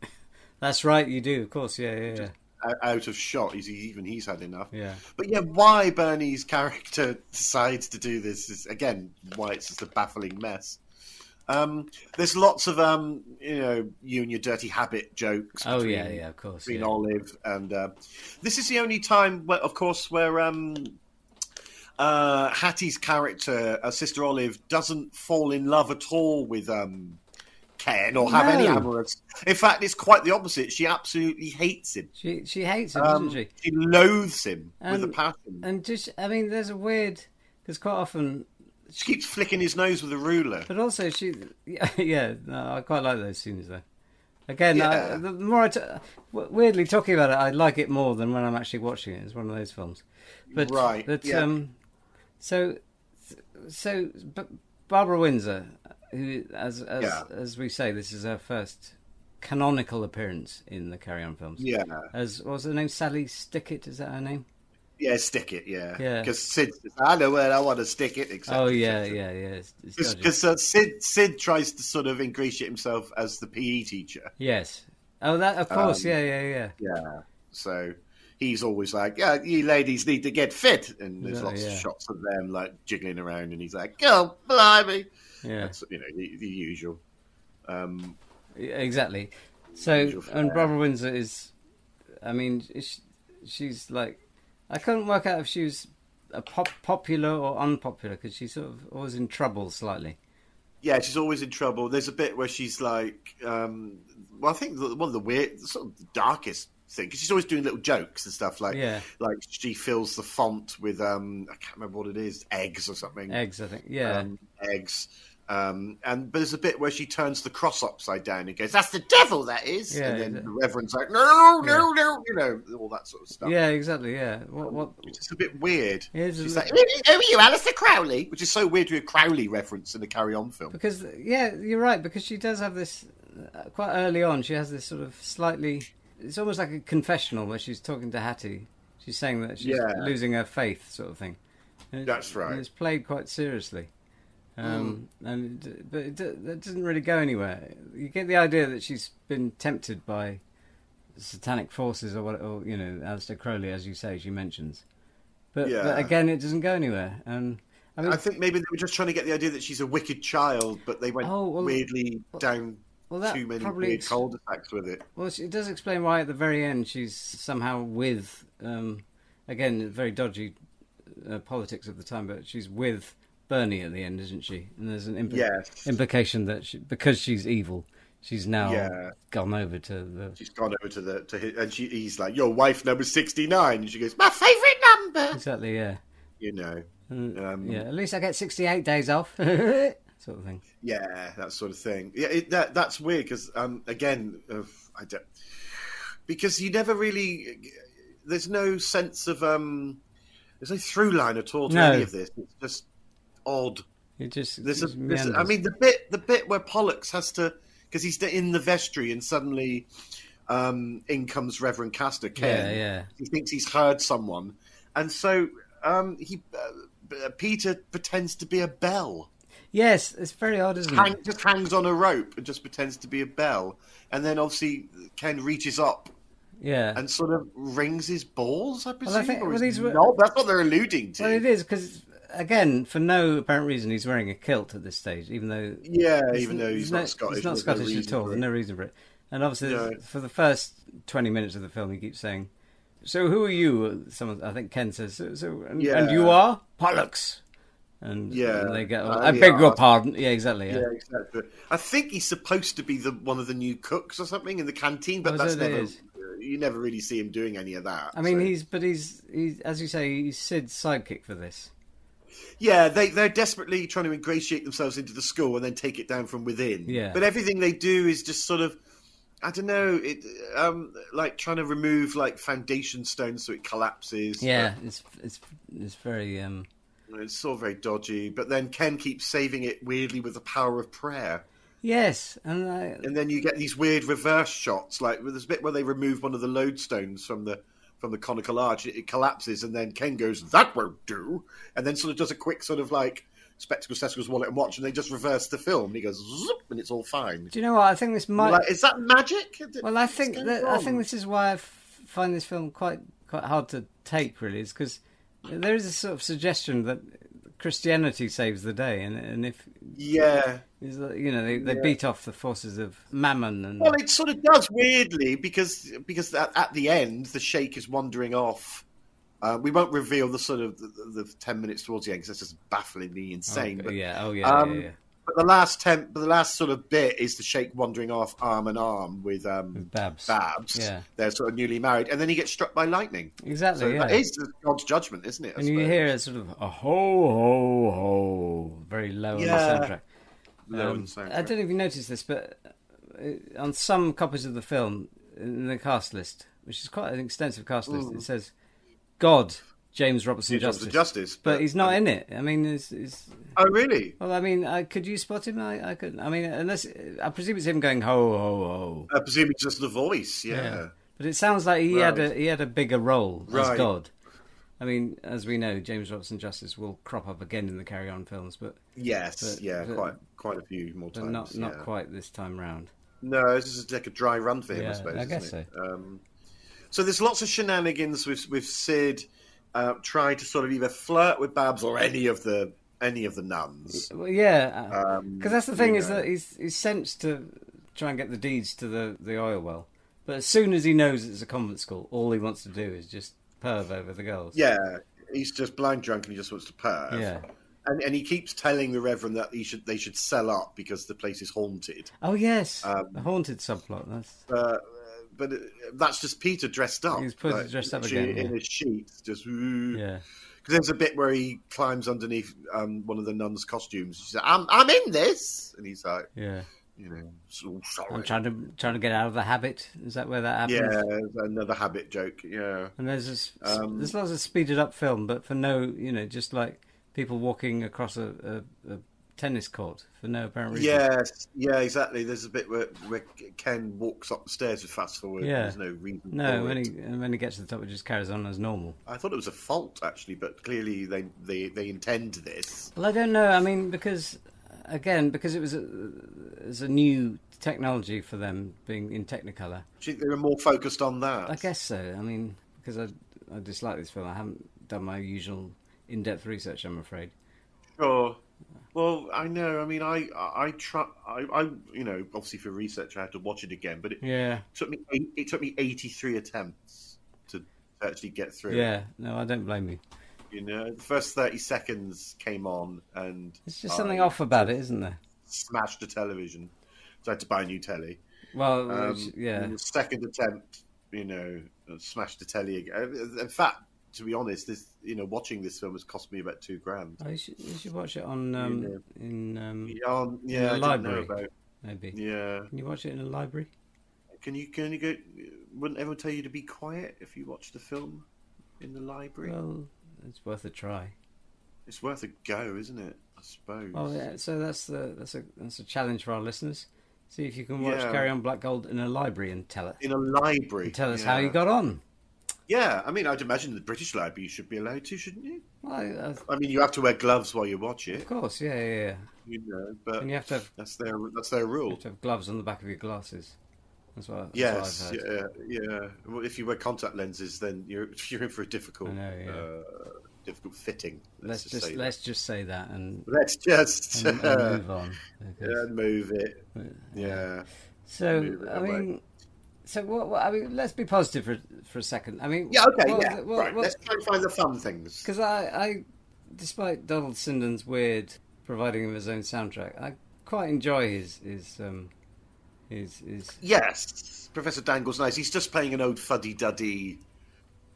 Speaker 1: That's right. You do, of course. Yeah, yeah, yeah.
Speaker 2: o- Out of shot. He's, even he's had enough.
Speaker 1: Yeah.
Speaker 2: But yeah, why Bernie's character decides to do this is, again, why it's just a baffling mess. Um, there's lots of, um, you know, you and your dirty habit jokes.
Speaker 1: Oh
Speaker 2: between
Speaker 1: yeah, yeah. Of course.
Speaker 2: Green
Speaker 1: yeah.
Speaker 2: Olive, and uh, this is the only time, where, of course, where um, uh, Hattie's character, uh, Sister Olive, doesn't fall in love at all with um, Ken or have any
Speaker 1: No.
Speaker 2: amorous. In fact, it's quite the opposite. She absolutely hates him.
Speaker 1: She she hates him,
Speaker 2: Um,
Speaker 1: doesn't she? Um,
Speaker 2: she loathes him with a
Speaker 1: And-
Speaker 2: passion.
Speaker 1: And just, I mean, there's a weird because quite often,
Speaker 2: she keeps flicking his nose with a ruler.
Speaker 1: but also she, yeah, yeah no, I quite like those scenes though. Again,
Speaker 2: Yeah.
Speaker 1: I, the more I t- w- weirdly talking about it, I like it more than when I'm actually watching it. It's one of those films, but
Speaker 2: Right,
Speaker 1: But
Speaker 2: yeah.
Speaker 1: um, so so B- Barbara Windsor, who as as
Speaker 2: Yeah.
Speaker 1: as we say, this is her first canonical appearance in the Carry On films.
Speaker 2: Yeah,
Speaker 1: As what was her name? Sally Stickett. Is that her name?
Speaker 2: yeah, stick it, yeah.
Speaker 1: Yeah.
Speaker 2: Because Sid, says, I know where I want to stick it. Exactly.
Speaker 1: Oh yeah, yeah, yeah. It's, it's dodgy.
Speaker 2: Because uh, Sid, Sid tries to sort of ingratiate himself as the PE teacher.
Speaker 1: Yes. Oh, that of course.
Speaker 2: Um,
Speaker 1: yeah, yeah, yeah.
Speaker 2: Yeah. So he's always like, yeah, you ladies need to get fit. And there's
Speaker 1: Yeah,
Speaker 2: lots
Speaker 1: yeah.
Speaker 2: of shots of them like jiggling around. And he's like, oh, blimey.
Speaker 1: Yeah,
Speaker 2: That's, you know, the, the usual. Um,
Speaker 1: exactly. So,
Speaker 2: Usual
Speaker 1: and
Speaker 2: fare.
Speaker 1: Barbara Windsor is, I mean, is she- she's like, I couldn't work out if she was a pop, popular or unpopular because she's sort of always in trouble slightly.
Speaker 2: yeah, she's always in trouble. There's a bit where she's like, um, well, I think the- one of the weird, sort of darkest thing, 'cause she's always doing little jokes and stuff like,
Speaker 1: Yeah.
Speaker 2: like she fills the font with, um, I can't remember what it is, eggs or something.
Speaker 1: Eggs, I think. Eh, Yeah,
Speaker 2: um, eggs. Um, and but there's a bit where she turns the cross upside down and goes, "That's the devil, that is."
Speaker 1: Yeah,
Speaker 2: and then
Speaker 1: yeah.
Speaker 2: the reverend's like, "No, no, no," you know, all that sort of stuff.
Speaker 1: yeah, exactly. Yeah. What? What?
Speaker 2: It's just a bit weird.
Speaker 1: Here's
Speaker 2: She's
Speaker 1: a-
Speaker 2: like, "Who are you, Alistair Crowley?" Which is so weird to be a Crowley reference in a Carry On film.
Speaker 1: Because yeah, you're right. Because she does have this uh, quite early on. She has this sort of slightly. It's almost like a confessional where she's talking to Hattie. She's saying that she's
Speaker 2: Yeah.
Speaker 1: losing her faith, sort of thing. And it-
Speaker 2: That's right. Hmm.
Speaker 1: And it's played quite seriously. Um, And it- but it, do- that doesn't really go anywhere. You get the idea that she's been tempted by satanic forces or what, or you know, Alistair Crowley, as you say, she mentions. But,
Speaker 2: Yeah.
Speaker 1: but again, it doesn't go anywhere. And I mean,
Speaker 2: I think maybe they were just trying to get the idea that she's a wicked child, but they went
Speaker 1: Oh, well-
Speaker 2: weirdly down
Speaker 1: well, that
Speaker 2: too many
Speaker 1: probably
Speaker 2: weird
Speaker 1: ex-
Speaker 2: cul-de-sacs with it.
Speaker 1: Well, she- it does explain why at the very end she's somehow with, um, again, very dodgy uh, politics of the time, but she's with Bernie at the end, isn't she? And there's an impli-
Speaker 2: Yes.
Speaker 1: implication that she, because she's evil, she's now
Speaker 2: Yeah.
Speaker 1: gone over to the.
Speaker 2: She's gone over to the to his, and she, he's like, "Your wife number sixty-nine," and she goes, "My favorite number."
Speaker 1: Exactly, yeah.
Speaker 2: You know.
Speaker 1: And-
Speaker 2: Um,
Speaker 1: yeah, at least I get 68 days off, sort of thing.
Speaker 2: Yeah, that sort of thing. Yeah, it, that that's weird because um, again, uh, I don't because you never really there's no sense of um, there's no through line at all to
Speaker 1: No.
Speaker 2: any of this. It's just odd.
Speaker 1: It just.
Speaker 2: There's a,
Speaker 1: just
Speaker 2: there's a- I
Speaker 1: meanders.
Speaker 2: mean, the bit the bit where Pollux has to because he's in the vestry and suddenly um, in comes Reverend Castor Ken.
Speaker 1: Yeah, yeah.
Speaker 2: He thinks he's heard someone, and so um, he uh, Peter pretends to be a bell
Speaker 1: Yes, it's very odd, isn't
Speaker 2: hang,
Speaker 1: it?
Speaker 2: just hangs on a rope and just pretends to be a bell. And then obviously Ken reaches up
Speaker 1: Yeah.
Speaker 2: and sort of rings his balls, I presume.
Speaker 1: think-
Speaker 2: or
Speaker 1: well,
Speaker 2: his
Speaker 1: these were-
Speaker 2: knob. that's what they're alluding to.
Speaker 1: Well, it is because again, for no apparent reason, he's wearing a kilt at this stage, even though
Speaker 2: yeah, even though
Speaker 1: There's
Speaker 2: he's
Speaker 1: no-
Speaker 2: not Scottish.
Speaker 1: He's not
Speaker 2: there's no
Speaker 1: Scottish at
Speaker 2: reason
Speaker 1: all.
Speaker 2: for
Speaker 1: There's
Speaker 2: it.
Speaker 1: no reason for it. And obviously,
Speaker 2: No.
Speaker 1: for the first twenty minutes of the film, he keeps saying, "So who are you?" Someone, I think Ken says, "So, so and,
Speaker 2: Yeah.
Speaker 1: and you are Pollux." And
Speaker 2: Yeah.
Speaker 1: and they get.
Speaker 2: Uh,
Speaker 1: I
Speaker 2: yeah.
Speaker 1: beg your pardon. Yeah, exactly. Yeah.
Speaker 2: Yeah, exactly. I think he's supposed to be the one of the new cooks or something in the canteen, but
Speaker 1: Oh, is
Speaker 2: that's
Speaker 1: that it
Speaker 2: never.
Speaker 1: is?
Speaker 2: You never really see him doing any of that.
Speaker 1: I mean,
Speaker 2: so-
Speaker 1: he's but he's he's as you say, he's Sid's sidekick for this.
Speaker 2: yeah, they they're desperately trying to ingratiate themselves into the school and then take it down from within.
Speaker 1: Yeah.
Speaker 2: But everything they do is just sort of, I don't know, it um like trying to remove like foundation stones so it collapses.
Speaker 1: Yeah, it's it's it's very um
Speaker 2: But it's all very dodgy. But then Ken keeps saving it weirdly with the power of prayer.
Speaker 1: yes, and I,
Speaker 2: and then you get these weird reverse shots. Like there's a bit where they remove one of the lodestones from the from the conical arch, it, it collapses, and then Ken goes, "That won't do," and then sort of does a quick sort of like spectacle, spectacles, wallet, and watch, and they just reverse the film. And he goes, Zoop, and it's all fine.
Speaker 1: do you know what? I think this might.
Speaker 2: Like, is that magic?
Speaker 1: well, I
Speaker 2: What's
Speaker 1: think
Speaker 2: going
Speaker 1: that, I
Speaker 2: on?
Speaker 1: think this is why I f- find this film quite quite hard to take. Really, is because there is a sort of suggestion that Christianity saves the day, and and if
Speaker 2: yeah.
Speaker 1: is that, you know they, they beat off the forces of Mammon and
Speaker 2: Well, it sort of does weirdly because because at, at the end the Sheikh is wandering off. Uh, we won't reveal the sort of the, the, the ten minutes towards the end because that's just bafflingly insane. but
Speaker 1: yeah, oh yeah,
Speaker 2: um,
Speaker 1: yeah, yeah.
Speaker 2: But the last temp, but the last sort of bit is the Sheikh wandering off arm in arm with um,
Speaker 1: Babs.
Speaker 2: Babs.
Speaker 1: Yeah.
Speaker 2: They're sort of newly married, and then he gets struck by lightning.
Speaker 1: exactly.
Speaker 2: So
Speaker 1: yeah.
Speaker 2: that is God's judgment, isn't it? I
Speaker 1: and you
Speaker 2: suppose?
Speaker 1: hear a sort of a ho ho ho, very low
Speaker 2: Yeah.
Speaker 1: on the soundtrack.
Speaker 2: Low on the
Speaker 1: Um,
Speaker 2: soundtrack.
Speaker 1: I don't know if you noticed this, but uh, on some copies of the film, in the cast list, which is quite an extensive cast list, it says God James Robertson
Speaker 2: James
Speaker 1: Justice.
Speaker 2: Robertson Justice,
Speaker 1: but,
Speaker 2: but-
Speaker 1: he's not in it. I mean, it's, it's
Speaker 2: Oh, really?
Speaker 1: well, I mean, I, could you spot him? I, I couldn't. I mean, unless I presume it's him going ho ho ho.
Speaker 2: I presume it's Uh, just the voice. Yeah.
Speaker 1: But it sounds like he had a
Speaker 2: Right.
Speaker 1: he had a bigger role as
Speaker 2: Right.
Speaker 1: God. I mean, as we know, James Robson Justice will crop up again in the Carry On films, but,
Speaker 2: Yes.
Speaker 1: But-
Speaker 2: yeah.
Speaker 1: but-
Speaker 2: quite quite a few more
Speaker 1: but
Speaker 2: times.
Speaker 1: not not
Speaker 2: yeah.
Speaker 1: quite this time round.
Speaker 2: No, this is like a dry run for him,
Speaker 1: Yeah,
Speaker 2: I suppose.
Speaker 1: I
Speaker 2: isn't
Speaker 1: guess
Speaker 2: it? Um, so there's lots of shenanigans with with Sid uh, trying to sort of either flirt with Babs or any of the any of the nuns.
Speaker 1: Well, yeah, uh, because
Speaker 2: Um,
Speaker 1: that's the thing
Speaker 2: you
Speaker 1: is
Speaker 2: know.
Speaker 1: that he's he's sent to try and get the deeds to the the oil well, but as soon as he knows it's a convent school, all he wants to do is just perv over the girls.
Speaker 2: Yeah, he's just blind drunk and he just wants to perv.
Speaker 1: Yeah.
Speaker 2: And, and he keeps telling the Reverend that he should they should sell up because the place is haunted.
Speaker 1: Oh yes, the haunted subplot. That's
Speaker 2: Uh, Um, but uh, that's just Peter dressed up.
Speaker 1: He's Peter dressed up
Speaker 2: literally
Speaker 1: again, yeah.
Speaker 2: in his sheets. Just ooh.
Speaker 1: yeah.
Speaker 2: Because there's a bit where he climbs underneath um, one of the nuns' costumes. She's like, "I'm I'm in this," and he's like,
Speaker 1: Yeah,
Speaker 2: you know, so sorry.
Speaker 1: I'm trying to trying to get out of the habit. Is that where that happens?
Speaker 2: yeah, another habit joke. Yeah,
Speaker 1: And there's this,
Speaker 2: Um,
Speaker 1: there's lots of speeded up film, but for no, you know, just like people walking across a, a, a tennis court for no apparent reason.
Speaker 2: yes, yeah, exactly. There's a bit where, where Ken walks up the stairs with fast forward.
Speaker 1: Yeah.
Speaker 2: there's no reason.
Speaker 1: No,
Speaker 2: for
Speaker 1: when
Speaker 2: it.
Speaker 1: he and when he gets to the top, it just carries on as normal.
Speaker 2: I thought it was a fault actually, but clearly they they, they intend this.
Speaker 1: Well, I don't know. I mean, because again, because it was a, it was a new technology for them being in Technicolor.
Speaker 2: Do you think they were more focused on that?
Speaker 1: I guess so. I mean, because I I dislike this film. I haven't done my usual in depth research. I'm afraid.
Speaker 2: Sure. Well, I know. I mean, I I, I try. I, I you know obviously for research I had to watch it again, but it
Speaker 1: Yeah.
Speaker 2: took me it took me eighty three attempts to actually get through.
Speaker 1: Yeah. No, I don't blame you.
Speaker 2: You know, the first thirty seconds came on and
Speaker 1: There's just something
Speaker 2: I
Speaker 1: off about it, isn't there?
Speaker 2: Smashed the television, so I had to buy a new telly.
Speaker 1: Well,
Speaker 2: Um,
Speaker 1: yeah.
Speaker 2: and the second attempt, you know, uh, smashed the telly again. In fact, to be honest, this you know, watching this film has cost me about two grand.
Speaker 1: Oh, you should, you should watch it on um,
Speaker 2: know.
Speaker 1: in um,
Speaker 2: Yeah, um, yeah, I
Speaker 1: the
Speaker 2: didn't know
Speaker 1: library.
Speaker 2: about.
Speaker 1: maybe.
Speaker 2: Yeah,
Speaker 1: Can you watch it in a library?
Speaker 2: can you can you go? Wouldn't everyone tell you to be quiet if you watch the film in the library?
Speaker 1: Well, it's worth a try.
Speaker 2: it's worth a go, isn't it? I suppose.
Speaker 1: Well, Oh, yeah, so that's the that's a that's a challenge for our listeners. See if you can watch
Speaker 2: Yeah.
Speaker 1: Carry On Black Gold in a library and tell it
Speaker 2: In a library.
Speaker 1: tell us
Speaker 2: yeah.
Speaker 1: how you got on.
Speaker 2: Yeah, I mean, I'd imagine the British Library you should be allowed to, shouldn't you?
Speaker 1: Well, I- I- of
Speaker 2: I mean, you have to wear gloves while you watch it,
Speaker 1: course, yeah, yeah, yeah.
Speaker 2: you know. But
Speaker 1: And you have to have,
Speaker 2: that's their that's their
Speaker 1: you
Speaker 2: rule.
Speaker 1: have to have gloves on the back of your glasses. That's what, that's
Speaker 2: Yes,
Speaker 1: what I've heard.
Speaker 2: yeah, yeah. Well, if you wear contact lenses, then you're you're in for a difficult,
Speaker 1: I know, yeah.
Speaker 2: uh, difficult fitting.
Speaker 1: Let's just
Speaker 2: say
Speaker 1: let's just say that and,
Speaker 2: that. let's just
Speaker 1: and, and move on. because-
Speaker 2: yeah, move it. Yeah,
Speaker 1: So
Speaker 2: Move it
Speaker 1: I
Speaker 2: away.
Speaker 1: mean, so what, what? I mean, let's be positive for for a second. I mean,
Speaker 2: yeah. Okay,
Speaker 1: what was
Speaker 2: yeah.
Speaker 1: it- what-
Speaker 2: right.
Speaker 1: what-
Speaker 2: Let's try and find the fun things.
Speaker 1: Because I, I, despite Donald Sindon's weird providing him his own soundtrack, I quite enjoy his his um, his his.
Speaker 2: Yes, Professor Dangle's nice. He's just playing an old fuddy duddy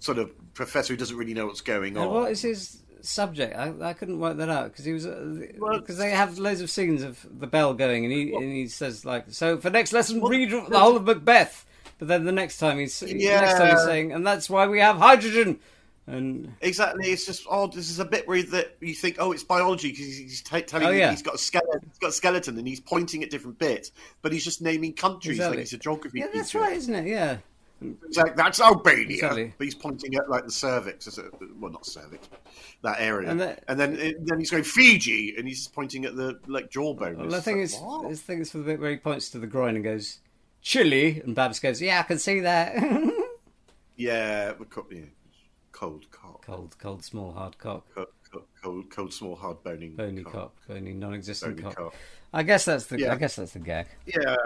Speaker 2: sort of professor who doesn't really know what's going
Speaker 1: Now,
Speaker 2: on.
Speaker 1: what is his subject? I, I couldn't work that out because he was because they have loads of scenes of the bell going, and he and he says like, so for next lesson, read the whole of Macbeth. But then the next time he's yeah. next time he's
Speaker 2: Yeah.
Speaker 1: saying, and that's why we have hydrogen. And
Speaker 2: Exactly. It's just oh, this is a bit where that you think oh, it's biology because he's, he's t- telling
Speaker 1: Oh,
Speaker 2: you
Speaker 1: yeah.
Speaker 2: he's got a skeleton, he's got a skeleton, and he's pointing at different bits, but he's just naming countries
Speaker 1: Exactly.
Speaker 2: like it's a geography.
Speaker 1: yeah, that's
Speaker 2: teacher.
Speaker 1: right, isn't it? Yeah,
Speaker 2: It's like that's Albania,
Speaker 1: Exactly.
Speaker 2: but he's pointing at like the cervix, is it? well, not cervix, that area,
Speaker 1: And
Speaker 2: and,
Speaker 1: that-
Speaker 2: then then he's going Fiji, and he's just pointing at the like jawbone.
Speaker 1: Well,
Speaker 2: It's
Speaker 1: I think
Speaker 2: like,
Speaker 1: it's
Speaker 2: what?
Speaker 1: I think it's for the bit where he points to the groin and goes, "Chili," and Babs goes, "Yeah, I can see that."
Speaker 2: yeah, the co- yeah, cold cock, cold,
Speaker 1: cold, cold, small, hard cock,
Speaker 2: cold, cold, cold, small, hard boning,
Speaker 1: bony cock,
Speaker 2: cock.
Speaker 1: bony, non-existent
Speaker 2: Bony
Speaker 1: cock.
Speaker 2: cock.
Speaker 1: I guess that's the
Speaker 2: Yeah.
Speaker 1: I guess that's the gag.
Speaker 2: Yeah.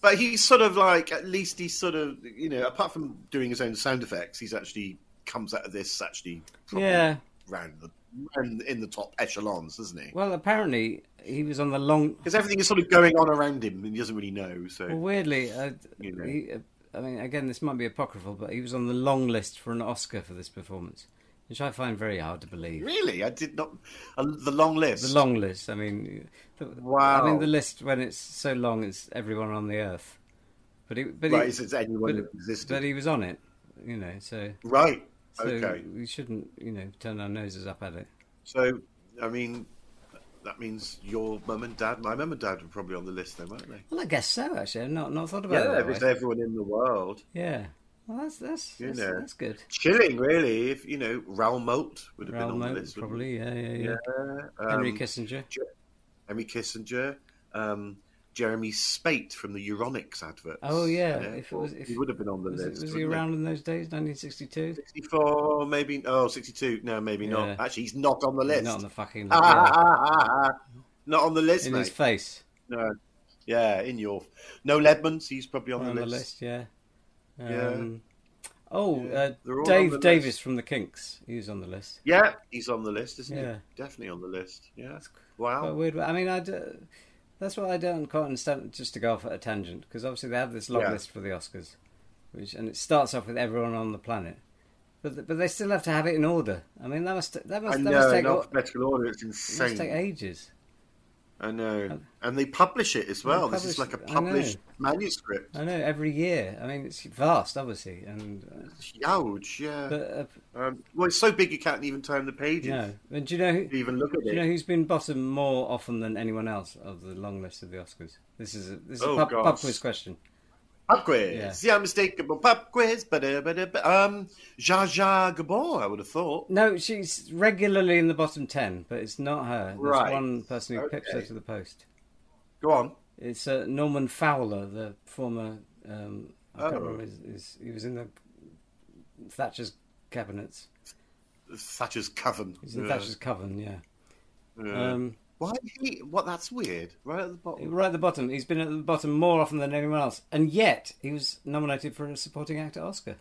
Speaker 2: But he's sort of like, at least he's sort of, you know, apart from doing his own sound effects, he's actually comes out of this actually probably
Speaker 1: Yeah.
Speaker 2: round the round in the top echelons, doesn't he?
Speaker 1: Well, apparently he was on the long.
Speaker 2: Because everything is sort of going on around him, and he doesn't really know. So
Speaker 1: Well, weirdly, uh,
Speaker 2: You know.
Speaker 1: he, uh, I mean, again, this might be apocryphal, but he was on the long list for an Oscar for this performance, which I find very hard to believe.
Speaker 2: really, I did not uh, the long list.
Speaker 1: The long list. I mean, the,
Speaker 2: Wow.
Speaker 1: I mean, the list when it's so long, it's everyone on the earth. But he, but
Speaker 2: right?
Speaker 1: he,
Speaker 2: Is it anyone that existed?
Speaker 1: But he was on it, you know. So,
Speaker 2: Right.
Speaker 1: so
Speaker 2: okay.
Speaker 1: we shouldn't, you know, turn our noses up at it.
Speaker 2: So I mean, that means your mum and dad, my mum and dad, were probably on the list, then, weren't they?
Speaker 1: Well, I guess so. Actually, I've not not thought about
Speaker 2: Yeah,
Speaker 1: it. that
Speaker 2: if it's
Speaker 1: way.
Speaker 2: everyone in the world.
Speaker 1: Yeah. Well, that's that's
Speaker 2: You
Speaker 1: that's,
Speaker 2: know.
Speaker 1: that's good.
Speaker 2: chilling, really. If you know, Raoul Moat would have
Speaker 1: Raoul
Speaker 2: been on
Speaker 1: Moat,
Speaker 2: the list, wouldn't
Speaker 1: probably. Yeah, yeah,
Speaker 2: he?
Speaker 1: yeah.
Speaker 2: Yeah, um,
Speaker 1: Henry Kissinger.
Speaker 2: Henry Kissinger, um, Jeremy Spate from the Euronics adverts.
Speaker 1: Oh, yeah, if it was- if-
Speaker 2: he would have been on the
Speaker 1: Was, it,
Speaker 2: list.
Speaker 1: was he
Speaker 2: wouldn't
Speaker 1: around in those days? 1962.
Speaker 2: 64, maybe. Oh, 62. No, maybe not.
Speaker 1: Yeah.
Speaker 2: Actually, he's not on the list.
Speaker 1: Not on the fucking.
Speaker 2: Ah,
Speaker 1: yeah.
Speaker 2: ah, ah, ah, ah. Not on the list,
Speaker 1: In
Speaker 2: mate.
Speaker 1: his face
Speaker 2: No. Yeah, in your. No Ledmans, he's probably on,
Speaker 1: on
Speaker 2: the,
Speaker 1: the
Speaker 2: list.
Speaker 1: list. Yeah.
Speaker 2: Yeah.
Speaker 1: Um, Oh,
Speaker 2: Yeah,
Speaker 1: uh,
Speaker 2: they're all on
Speaker 1: Dave
Speaker 2: the
Speaker 1: Davis
Speaker 2: list.
Speaker 1: from the Kinks. He was on the list.
Speaker 2: Yeah, he's on the list, isn't
Speaker 1: Yeah.
Speaker 2: he? Definitely on the list. Yeah.
Speaker 1: That's
Speaker 2: Wow.
Speaker 1: Quite weird. I mean, I do- that's what I don't quite understand. Just to go off at a tangent, because obviously they have this long
Speaker 2: Yeah.
Speaker 1: list for the Oscars, which and it starts off with everyone on the planet, but th- but they still have to have it in order. I mean, that must that
Speaker 2: I
Speaker 1: must that must
Speaker 2: know,
Speaker 1: take,
Speaker 2: in
Speaker 1: o-
Speaker 2: alphabetical order, it's
Speaker 1: it must take
Speaker 2: insane.
Speaker 1: ages.
Speaker 2: I know, and they publish it as well. This is
Speaker 1: Uh, publish-
Speaker 2: like a
Speaker 1: I know.
Speaker 2: published manuscript.
Speaker 1: I know every year. I mean, it's vast, obviously, and uh,
Speaker 2: Ouch! Yeah.
Speaker 1: but uh,
Speaker 2: um, well, it's so big you can't even turn the pages
Speaker 1: no. And do you know who,
Speaker 2: to even look at
Speaker 1: do you
Speaker 2: it.
Speaker 1: know who's been bottom more often than anyone else of the long list of the Oscars? This is a, this is
Speaker 2: Oh,
Speaker 1: a pub, pub
Speaker 2: gosh.
Speaker 1: quiz question.
Speaker 2: Pub quiz, yeah, unmistakable pub quiz. But um, Zsa Zsa Gabor, I would have thought.
Speaker 1: No, she's regularly in the bottom ten, but it's not her. There's
Speaker 2: Right.
Speaker 1: one person who pips her
Speaker 2: Okay.
Speaker 1: to the post.
Speaker 2: Go on.
Speaker 1: It's uh, Norman Fowler, the former. Um, I can't
Speaker 2: Oh.
Speaker 1: remember. His, his, he was in the Thatcher's cabinets.
Speaker 2: Thatcher's coven.
Speaker 1: He's in
Speaker 2: Yeah,
Speaker 1: Thatcher's coven. Yeah.
Speaker 2: yeah.
Speaker 1: Um,
Speaker 2: Why? He, what? That's weird. Right at the bottom.
Speaker 1: right at the bottom. He's been at the bottom more often than anyone else, and yet he was nominated for a supporting actor Oscar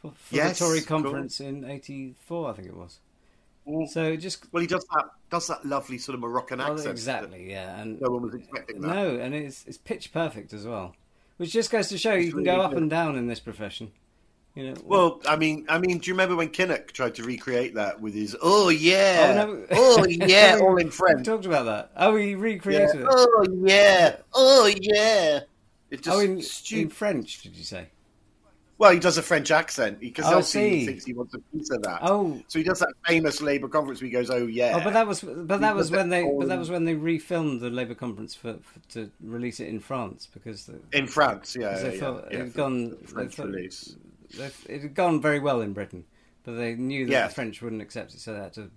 Speaker 1: for, for
Speaker 2: Yes,
Speaker 1: the Tory
Speaker 2: of course.
Speaker 1: conference in '84, I think it was.
Speaker 2: Mm.
Speaker 1: So it just
Speaker 2: Well, he does that. Does that lovely sort of Moroccan
Speaker 1: well,
Speaker 2: accent?
Speaker 1: exactly, yeah, and
Speaker 2: that No one was expecting that.
Speaker 1: No, and it's it's pitch perfect as well, which just goes to show you
Speaker 2: It's
Speaker 1: can
Speaker 2: really
Speaker 1: go up
Speaker 2: good.
Speaker 1: and down in this profession. You know,
Speaker 2: Well, I mean, I mean, do you remember when Kinnock tried to recreate that with his "Oh yeah,
Speaker 1: no.
Speaker 2: oh yeah" all in
Speaker 1: we
Speaker 2: French?
Speaker 1: talked about that. Oh, he
Speaker 2: Yeah.
Speaker 1: recreated it.
Speaker 2: Oh yeah, oh yeah. It's just
Speaker 1: Oh, in, in
Speaker 2: stupid.
Speaker 1: French, did you say?
Speaker 2: Well, he does a French accent because
Speaker 1: Oh, I
Speaker 2: obviously
Speaker 1: see.
Speaker 2: he thinks he wants a piece of that.
Speaker 1: Oh,
Speaker 2: So he does that famous Labour conference where he goes, "Oh yeah." Oh.
Speaker 1: oh, but that was but that
Speaker 2: Because
Speaker 1: was when they
Speaker 2: they're
Speaker 1: but that
Speaker 2: all-
Speaker 1: was when they refilmed the Labour conference for, for to release it in France because the,
Speaker 2: in France, yeah,
Speaker 1: Because I
Speaker 2: yeah,
Speaker 1: thought
Speaker 2: yeah,
Speaker 1: it'd
Speaker 2: for
Speaker 1: gone-
Speaker 2: the French
Speaker 1: I thought-
Speaker 2: release.
Speaker 1: they, it had gone very well in Britain, but they knew that
Speaker 2: Yeah.
Speaker 1: the French wouldn't accept it, so they had to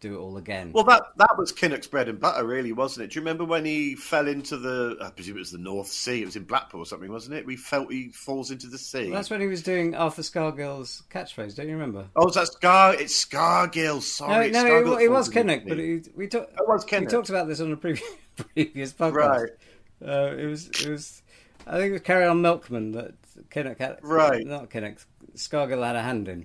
Speaker 1: do it all again.
Speaker 2: Well, that that was Kinnock's bread and butter, really, wasn't it? Do you remember when he fell into the? I presume it was the North Sea. It was in Blackpool or something, wasn't it? We felt he falls into the sea.
Speaker 1: That's when he was doing Arthur Scargill's catchphrase. Don't you remember?
Speaker 2: Oh, is that Scar? It's Scargill. Sorry,
Speaker 1: no,
Speaker 2: it's
Speaker 1: no,
Speaker 2: Scargill
Speaker 1: it, it was
Speaker 2: that falls in
Speaker 1: Kinnock, but
Speaker 2: the sea.
Speaker 1: it, we talked.
Speaker 2: It was
Speaker 1: We
Speaker 2: Kinnock.
Speaker 1: talked about this on a previous previous podcast.
Speaker 2: Right.
Speaker 1: Uh, it was it was. I think it was Carry On Milkman that Kinnock had.
Speaker 2: Right.
Speaker 1: Not Kinnock. Scargill had a hand in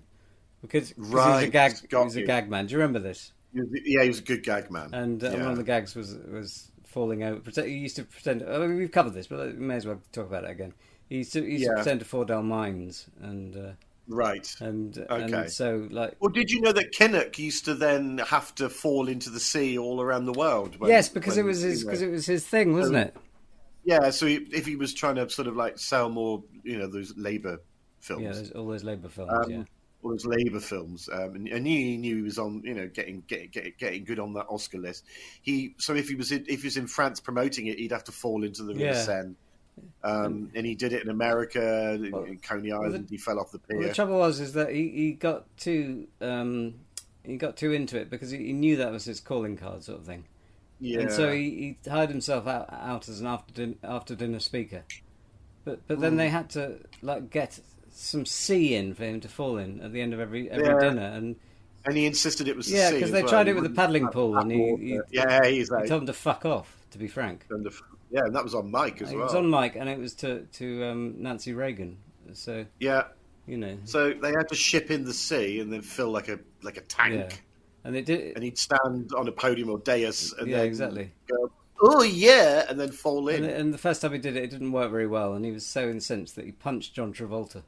Speaker 1: because 'cause he was a
Speaker 2: Right,
Speaker 1: gag. He
Speaker 2: got
Speaker 1: was a
Speaker 2: you.
Speaker 1: gag man. Do you remember this?
Speaker 2: He was- yeah, he was a good gag man.
Speaker 1: And uh,
Speaker 2: yeah.
Speaker 1: one of the gags was was falling over. Pretend, he used to pretend. Oh, we've covered this, but we may as well talk about it again. He used to, he used to
Speaker 2: Yeah.
Speaker 1: pretend to fall down mines and. Uh,
Speaker 2: Right.
Speaker 1: and
Speaker 2: Okay.
Speaker 1: and so like
Speaker 2: Well, did you know that Kinnock used to then have to fall into the sea all around the world? when-
Speaker 1: yes, because it
Speaker 2: when- uh, Oh.
Speaker 1: was his because it was his thing, wasn't it?
Speaker 2: yeah. So he, if he was trying to sort of like sell more, you know, those Labour films,
Speaker 1: Yeah, there's all those Labour films.
Speaker 2: um,
Speaker 1: yeah.
Speaker 2: all those Labour films, um, and, and he knew he was on, you know, getting getting getting, getting good on that Oscar list. He so if he was in, if he was in France promoting it, he'd have to fall into the River
Speaker 1: Yeah.
Speaker 2: Seine. Um, and he did it in America, in-
Speaker 1: Well,
Speaker 2: in Coney
Speaker 1: the-
Speaker 2: Island. he fell off the pier.
Speaker 1: Well, the trouble was is that he, he got too um, he got too into it because he, he knew that was his calling card sort of thing,
Speaker 2: yeah.
Speaker 1: and so he, he hired himself out, out as an after din- after dinner speaker, but but
Speaker 2: Hmm.
Speaker 1: then they had to like get some sea in for him to fall in at the end of every every
Speaker 2: Yeah.
Speaker 1: dinner, and
Speaker 2: and he insisted it was the
Speaker 1: yeah,
Speaker 2: sea
Speaker 1: because
Speaker 2: as
Speaker 1: they
Speaker 2: well.
Speaker 1: tried
Speaker 2: He
Speaker 1: it with the
Speaker 2: wouldn't
Speaker 1: paddling
Speaker 2: have
Speaker 1: pool,
Speaker 2: that
Speaker 1: and he,
Speaker 2: water.
Speaker 1: he,
Speaker 2: yeah, he's
Speaker 1: he
Speaker 2: like,
Speaker 1: told him to fuck off. To be frank,
Speaker 2: And the- yeah, and that was on Mike as
Speaker 1: it
Speaker 2: well.
Speaker 1: was on mic, and it was to to um, Nancy Reagan, so
Speaker 2: Yeah,
Speaker 1: you know,
Speaker 2: so they had to ship in the sea and then fill like a like a tank,
Speaker 1: yeah, and it did.
Speaker 2: and he'd stand on a podium or dais, and
Speaker 1: Yeah,
Speaker 2: then
Speaker 1: exactly.
Speaker 2: Go, oh yeah, and then fall in.
Speaker 1: And, and the first time he did it, it didn't work very well, and he was so incensed that he punched John Travolta.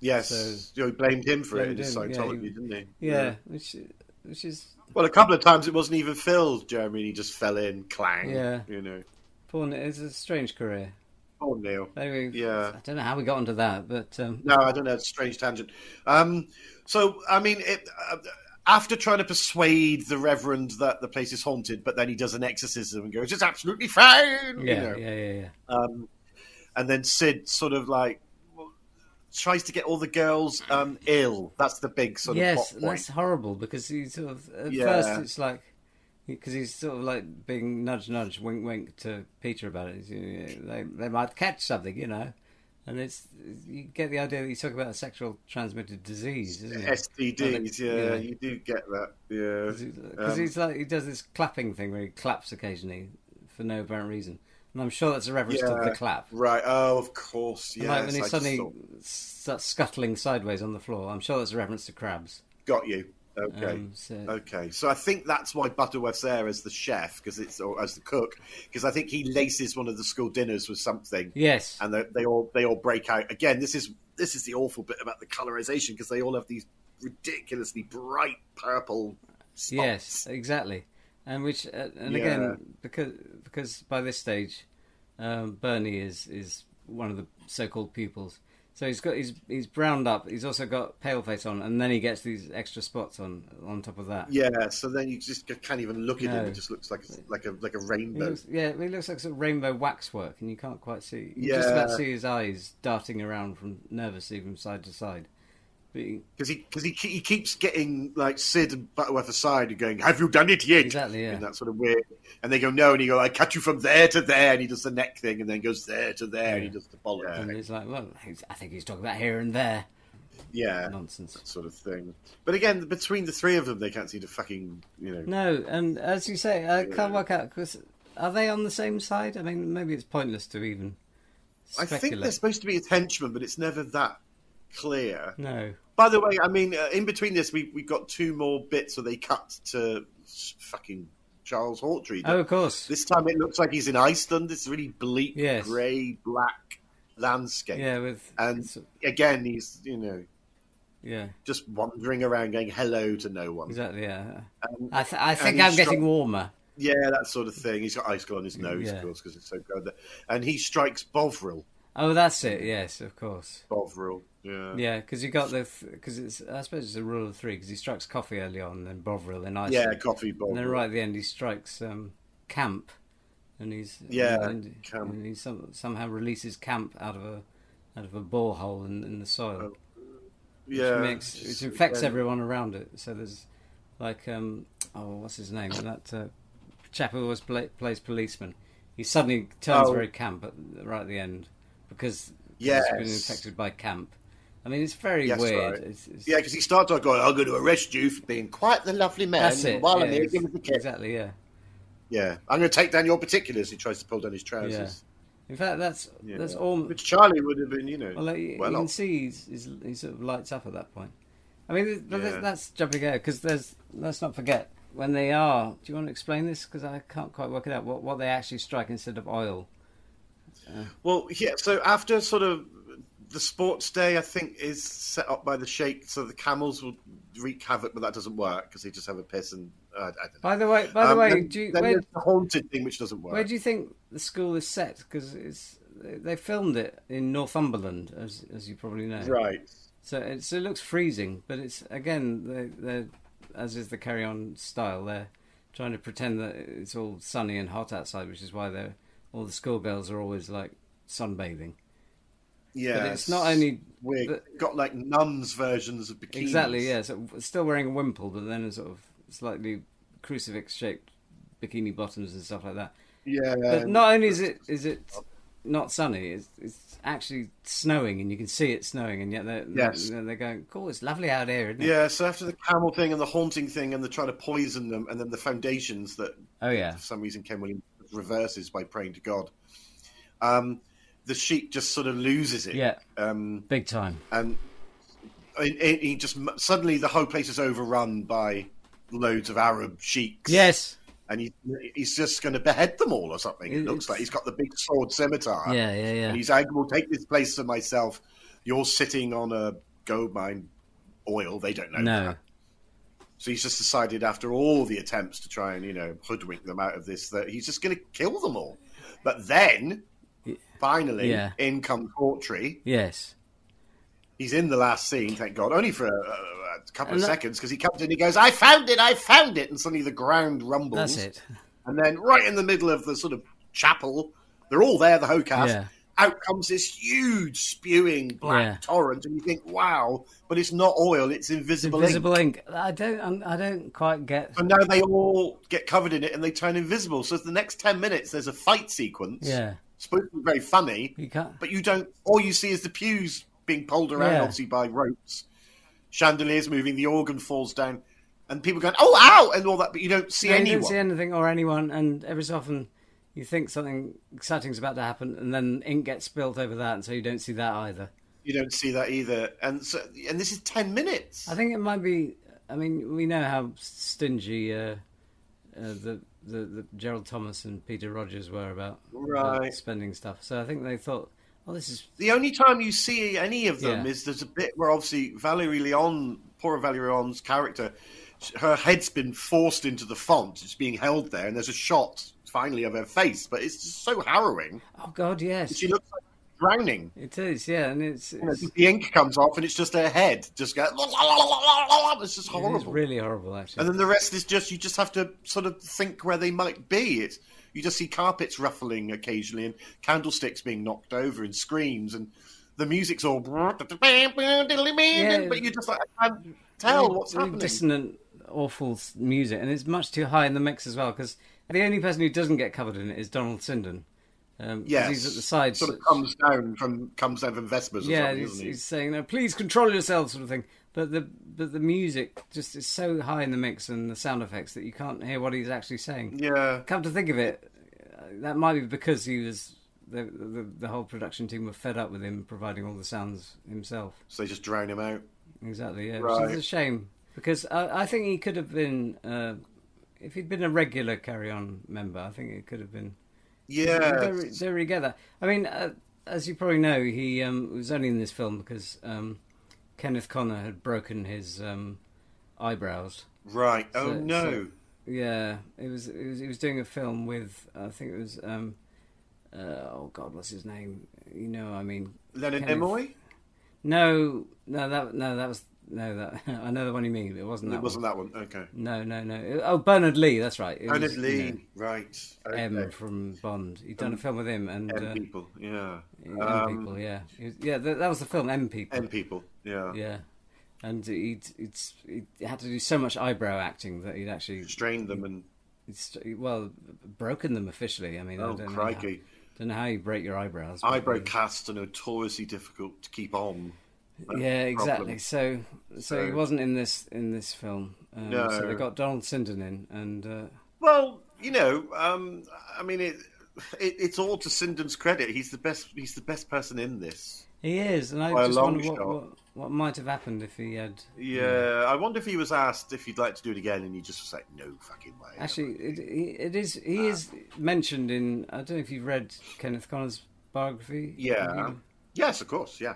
Speaker 2: yes,
Speaker 1: so-
Speaker 2: you know, he blamed him for it in
Speaker 1: Blamed
Speaker 2: his
Speaker 1: him, yeah,
Speaker 2: Scientology,
Speaker 1: he-
Speaker 2: didn't he?
Speaker 1: Yeah, which which is
Speaker 2: Well, a couple of times it wasn't even filled, Jeremy. and He just fell in, clang.
Speaker 1: Yeah.
Speaker 2: You know,
Speaker 1: poor. It's a strange career.
Speaker 2: oh Neil.
Speaker 1: Anyway,
Speaker 2: Yeah.
Speaker 1: I don't know how we got onto that, but um,
Speaker 2: No, I don't know. It's a strange tangent. Um, so, I mean, it, uh, after trying to persuade the Reverend that the place is haunted, but then he does an exorcism and goes, "It's absolutely fine," you
Speaker 1: yeah,
Speaker 2: know.
Speaker 1: yeah, yeah, yeah.
Speaker 2: Um, and then Sid sort of like well, tries to get all the girls um, ill. That's the big sort
Speaker 1: yes,
Speaker 2: of plot
Speaker 1: that's
Speaker 2: point.
Speaker 1: horrible because he sort of at
Speaker 2: Yeah.
Speaker 1: first it's like because he's sort of like being nudge, nudge, wink, wink to Peter about it. He's, you know, they they might catch something, you know. And it's you get the idea that he's talking about a sexual transmitted disease, isn't it?
Speaker 2: STDs, yeah,
Speaker 1: Yeah.
Speaker 2: you do get that. Yeah,
Speaker 1: because
Speaker 2: Um,
Speaker 1: he's like he does this clapping thing where he claps occasionally for no apparent reason, and I'm sure that's a reference to
Speaker 2: Yeah.
Speaker 1: the clap.
Speaker 2: right. Oh, of course.
Speaker 1: And,
Speaker 2: Yes,
Speaker 1: like when he
Speaker 2: I just
Speaker 1: suddenly
Speaker 2: thought-
Speaker 1: starts scuttling sideways on the floor, I'm sure that's a reference to crabs.
Speaker 2: got you. Okay.
Speaker 1: Um, so,
Speaker 2: Okay, so I think that's why Butterworth's there as the chef, because it's or as the cook, because I think he laces one of the school dinners with something,
Speaker 1: yes,
Speaker 2: and they, they all they all break out again. This is this is the awful bit about the colorization because they all have these ridiculously bright purple spots.
Speaker 1: yes, exactly. And which uh, and again because because by this stage, um, Bernie is is one of the so-called pupils. So he's got he's he's browned up. He's also got pale face on, and then he gets these extra spots on on top of that.
Speaker 2: yeah. So then you just can't even look at
Speaker 1: No.
Speaker 2: him; it just looks like a, like a like a
Speaker 1: He
Speaker 2: rainbow.
Speaker 1: looks, yeah, he looks like sort of rainbow waxwork, and you can't quite see. You just
Speaker 2: Yeah.
Speaker 1: about see his eyes darting around from nervously from side to side. But he-
Speaker 2: because he because he, ke- he keeps getting like Sid and Butterworth aside and going, "Have you done it yet?"
Speaker 1: Exactly, yeah.
Speaker 2: And that sort of weird. And they go, "No," and he go, "I cut you from there to there," and he does the neck thing, and then goes there to there, and he
Speaker 1: Yeah.
Speaker 2: does the bollock
Speaker 1: and
Speaker 2: thing.
Speaker 1: it's like, well, he's- I think he's talking about here and there
Speaker 2: yeah,
Speaker 1: nonsense.
Speaker 2: sort of thing. But again, between the three of them, they can't seem to fucking you know.
Speaker 1: No, and as you say, I can't
Speaker 2: Yeah.
Speaker 1: work out because are they on the same side? I mean, maybe it's pointless to even
Speaker 2: I
Speaker 1: speculate.
Speaker 2: think they're supposed to be his henchmen, but it's never that clear.
Speaker 1: no,
Speaker 2: By the way, I mean, uh, in between this, we we got two more bits where they cut to s- fucking Charles Hawtrey.
Speaker 1: oh, of course,
Speaker 2: This time it looks like he's in Iceland. It's really bleak,
Speaker 1: Yes.
Speaker 2: grey, black landscape.
Speaker 1: yeah, with
Speaker 2: And again, he's, you know,
Speaker 1: yeah,
Speaker 2: just wandering around going hello to no one.
Speaker 1: exactly, yeah.
Speaker 2: Um,
Speaker 1: I, th- I think
Speaker 2: and
Speaker 1: I'm
Speaker 2: he's
Speaker 1: getting warmer.
Speaker 2: yeah, that sort of thing. He's got icicle on his nose,
Speaker 1: Yeah.
Speaker 2: of course, because it's so cold. there. And he strikes Bovril.
Speaker 1: Oh, that's it. Yes, of course.
Speaker 2: Bovril. Yeah.
Speaker 1: Yeah, because you got the because it's I suppose it's a rule of three because he strikes coffee early on, then Bovril, then Iceland,
Speaker 2: Yeah, coffee Bovril.
Speaker 1: and then right at the end he strikes um, Camp, and he's
Speaker 2: Yeah,
Speaker 1: and,
Speaker 2: Camp.
Speaker 1: and he some, somehow releases Camp out of a out of a borehole in, in the soil,
Speaker 2: Oh, yeah.
Speaker 1: which, makes, which infects everyone around it. So there's like um oh what's his name that uh, chap who always play, plays policeman, he suddenly turns
Speaker 2: Oh.
Speaker 1: very camp at, right at the end because
Speaker 2: Yes.
Speaker 1: he's been infected by Camp. I mean, it's very
Speaker 2: Yes,
Speaker 1: weird.
Speaker 2: right.
Speaker 1: It's, it's,
Speaker 2: Yeah, because he starts off going, I'm going to arrest you for being quite the lovely man.
Speaker 1: That's
Speaker 2: and
Speaker 1: it.
Speaker 2: While I'm
Speaker 1: yeah,
Speaker 2: here, give us a kiss.
Speaker 1: Exactly, yeah.
Speaker 2: Yeah. I'm going to take down your particulars. He tries to pull down his trousers.
Speaker 1: Yeah. In fact, that's
Speaker 2: Yeah.
Speaker 1: that's all.
Speaker 2: Which Charlie would have been, you know.
Speaker 1: Well, like, you,
Speaker 2: well
Speaker 1: you can
Speaker 2: off.
Speaker 1: see he's, he's, he sort of lights up at that point. I mean, th- but
Speaker 2: Yeah.
Speaker 1: th that's jumping out because there's. Let's not forget when they are. Do you want to explain this? Because I can't quite work it out. What what they actually strike instead of oil?
Speaker 2: Well, yeah. So after sort of the sports day, I think, is set up by the Sheikh, so the camels will wreak havoc, but that doesn't work because they just have a piss and uh, I don't know.
Speaker 1: By the way, by the
Speaker 2: Um,
Speaker 1: way,
Speaker 2: then,
Speaker 1: do you,
Speaker 2: then
Speaker 1: where,
Speaker 2: there's the haunted thing, which doesn't work.
Speaker 1: where do you think the school is set? Because it's they they filmed it in Northumberland, as as you probably know.
Speaker 2: Right.
Speaker 1: So it, so it looks freezing, but it's again they they're as is the carry on style. They're trying to pretend that it's all sunny and hot outside, which is why they all the schoolgirls are always like sunbathing.
Speaker 2: Yeah.
Speaker 1: But it's not only-
Speaker 2: weird.
Speaker 1: but-
Speaker 2: got like nuns versions of bikinis.
Speaker 1: Exactly, yeah. So w- still wearing a wimple, but then a sort of slightly crucifix shaped bikini bottoms and stuff like that.
Speaker 2: Yeah.
Speaker 1: But not only is it is it not sunny, it's, it's actually snowing, and you can see it snowing, and yet they're
Speaker 2: Yes.
Speaker 1: they're, they're going, "Cool, it's lovely out here, isn't it?"
Speaker 2: Yeah, so after the camel thing and the haunting thing and the trying to poison them and then the foundations that
Speaker 1: Oh yeah.
Speaker 2: for some reason Ken Williams reverses by praying to God, um, the sheep just sort of loses it.
Speaker 1: Yeah.
Speaker 2: Um,
Speaker 1: Big time.
Speaker 2: and it, it, he just suddenly the whole place is overrun by loads of Arab sheiks.
Speaker 1: Yes.
Speaker 2: And he, he's just going to behead them all or something. It,
Speaker 1: It-
Speaker 2: looks
Speaker 1: it's-
Speaker 2: like he's got the big sword scimitar.
Speaker 1: Yeah, yeah, yeah.
Speaker 2: And he's like, I will take this place for myself. You're sitting on a gold mine oil. They don't know.
Speaker 1: No.
Speaker 2: that. So he's just decided after all the attempts to try and, you know, hoodwink them out of this that he's just going to kill them all. But then, finally,
Speaker 1: Yeah.
Speaker 2: in comes Hawtree.
Speaker 1: Yes.
Speaker 2: He's in the last scene, thank God, only for a, a- a couple of
Speaker 1: And that-
Speaker 2: seconds because he comes in he goes, I found it, I found it. And suddenly the ground rumbles.
Speaker 1: That's it.
Speaker 2: And then right in the middle of the sort of chapel, they're all there, the whole cast.
Speaker 1: Yeah.
Speaker 2: Out comes this huge spewing black
Speaker 1: Yeah.
Speaker 2: torrent, and you think, "Wow!" But it's not oil; it's invisible.
Speaker 1: Invisible ink. I don't. I'm, I don't quite get.
Speaker 2: Ink. And now they all get covered in it, and they turn invisible. So for the next ten minutes, there's a fight sequence.
Speaker 1: Yeah.
Speaker 2: it's supposed to be very funny,
Speaker 1: You can't.
Speaker 2: but you don't. All you see is the pews being pulled around,
Speaker 1: Yeah.
Speaker 2: obviously by ropes, chandeliers moving, the organ falls down, and people going, "Oh, ow!" and all that. But you don't see
Speaker 1: No, you
Speaker 2: anyone.
Speaker 1: don't see anything or anyone, and every so often you think something exciting's about to happen, and then ink gets spilt over that, and so you don't see that either.
Speaker 2: you don't see that either. And so, and this is ten minutes.
Speaker 1: I think it might be. I mean, we know how stingy uh, uh, the, the the Gerald Thomas and Peter Rogers were about, about
Speaker 2: Right.
Speaker 1: spending stuff. So I think they thought, "Oh, this is
Speaker 2: The only time you see any of them
Speaker 1: Yeah.
Speaker 2: is there's a bit where obviously Valerie Leon, poor Valerie Leon's character, sh- her head's been forced into the font. It's being held there, and there's a shot finally of her face, but it's just so harrowing.
Speaker 1: oh god, yes,
Speaker 2: She looks like drowning.
Speaker 1: it is, yeah, and it's,
Speaker 2: You know,
Speaker 1: it's
Speaker 2: the ink comes off, and it's just her head just going. It's just
Speaker 1: it is
Speaker 2: horrible.
Speaker 1: really horrible actually."
Speaker 2: And then the rest is just you just have to sort of think where they might be. It's you just see carpets ruffling occasionally and candlesticks being knocked over and screams and the music's all but you're just like I can't tell
Speaker 1: really-
Speaker 2: what's
Speaker 1: really
Speaker 2: happening.
Speaker 1: Dissonant, awful s- music, and it's much too high in the mix as well. Because the only person who doesn't get covered in it is Donald Sinden. Um, 'cause
Speaker 2: yes,
Speaker 1: he's at the side.
Speaker 2: Sort of
Speaker 1: so-
Speaker 2: comes down from comes down from Vespers. Or
Speaker 1: yeah,
Speaker 2: something,
Speaker 1: he's,
Speaker 2: isn't he?
Speaker 1: he's saying, "No, please control yourself," sort of thing. But the but the music just is so high in the mix and the sound effects that you can't hear what he's actually saying.
Speaker 2: yeah.
Speaker 1: Come to think of it, uh, that might be because he was the, the the whole production team were fed up with him providing all the sounds himself.
Speaker 2: So they just drown him out.
Speaker 1: Exactly, yeah, which
Speaker 2: Right.
Speaker 1: is a shame because I, I think he could have been, uh, if he'd been a regular Carry On member, I think it could have been.
Speaker 2: Yeah.
Speaker 1: Don't, re- don't really get that. I mean, uh, as you probably know, he um, was only in this film because um, Kenneth Connor had broken his um, eyebrows.
Speaker 2: Right. Oh
Speaker 1: So-
Speaker 2: no.
Speaker 1: so- Yeah, it was it was he was doing a film with I think it was um, uh, oh God, what's his name? You know, I mean,
Speaker 2: Leonard
Speaker 1: Kenneth-
Speaker 2: Nimoy?
Speaker 1: No, no, that no, that was no, that I know the one you mean. But it wasn't that.
Speaker 2: It
Speaker 1: one.
Speaker 2: wasn't that one. Okay.
Speaker 1: No, no, no. Oh, Bernard Lee. That's right. It
Speaker 2: Leonard
Speaker 1: was,
Speaker 2: Lee.
Speaker 1: you know,
Speaker 2: right. Okay. Um,
Speaker 1: M from Bond. He'd done a film with him and
Speaker 2: M
Speaker 1: uh,
Speaker 2: people. Yeah.
Speaker 1: M
Speaker 2: Um,
Speaker 1: people. Yeah, He was- yeah. That, that was the film M people.
Speaker 2: M people. Yeah.
Speaker 1: Yeah, and he'd, he'd, he had to do so much eyebrow acting that he'd actually
Speaker 2: Strain them and
Speaker 1: it's, well broken them officially. I mean, I
Speaker 2: oh
Speaker 1: don't know.
Speaker 2: crikey,
Speaker 1: How, don't know how you break your eyebrows. but-
Speaker 2: eyebrow casts are notoriously difficult to keep on.
Speaker 1: Yeah,
Speaker 2: problem.
Speaker 1: exactly. So, so, he
Speaker 2: So-
Speaker 1: wasn't in this in this film. Um, So they
Speaker 2: No.
Speaker 1: got Donald Sinden in, and uh,
Speaker 2: Well, you know, um, I mean, it, it, it's all to Sinden's credit. He's the best. He's the best person in this.
Speaker 1: he is. And I
Speaker 2: By a
Speaker 1: just
Speaker 2: long
Speaker 1: wonder what,
Speaker 2: shot.
Speaker 1: what what might have happened if he had
Speaker 2: Yeah, I wonder if he was asked if he'd like to do it again, and he just was like, "No fucking way."
Speaker 1: Actually, it, it is. He
Speaker 2: Uh,
Speaker 1: is mentioned in. I don't know if you've read Kenneth Connor's biography.
Speaker 2: yeah, yes, of course, yeah.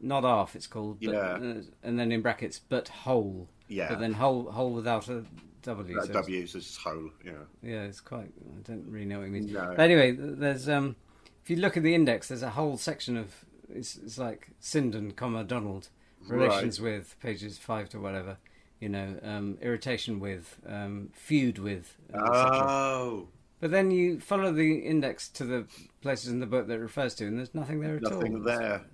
Speaker 1: not half. It's called. But,
Speaker 2: Yeah.
Speaker 1: uh, and then in brackets, but whole.
Speaker 2: Yeah.
Speaker 1: But then whole whole without a W.
Speaker 2: Uh,
Speaker 1: so it's-
Speaker 2: W is just whole. Yeah.
Speaker 1: yeah, it's quite. I don't really know what it means.
Speaker 2: No.
Speaker 1: But anyway, th- there's um, if you look at the index, there's a whole section of it's, it's like Sindon, comma Donald relations with pages five to whatever, you know, um, irritation with, um, feud with. et cetera.
Speaker 2: Oh,
Speaker 1: But then you follow the index to the places in the book that it refers to, and there's nothing there at all.
Speaker 2: nothing there.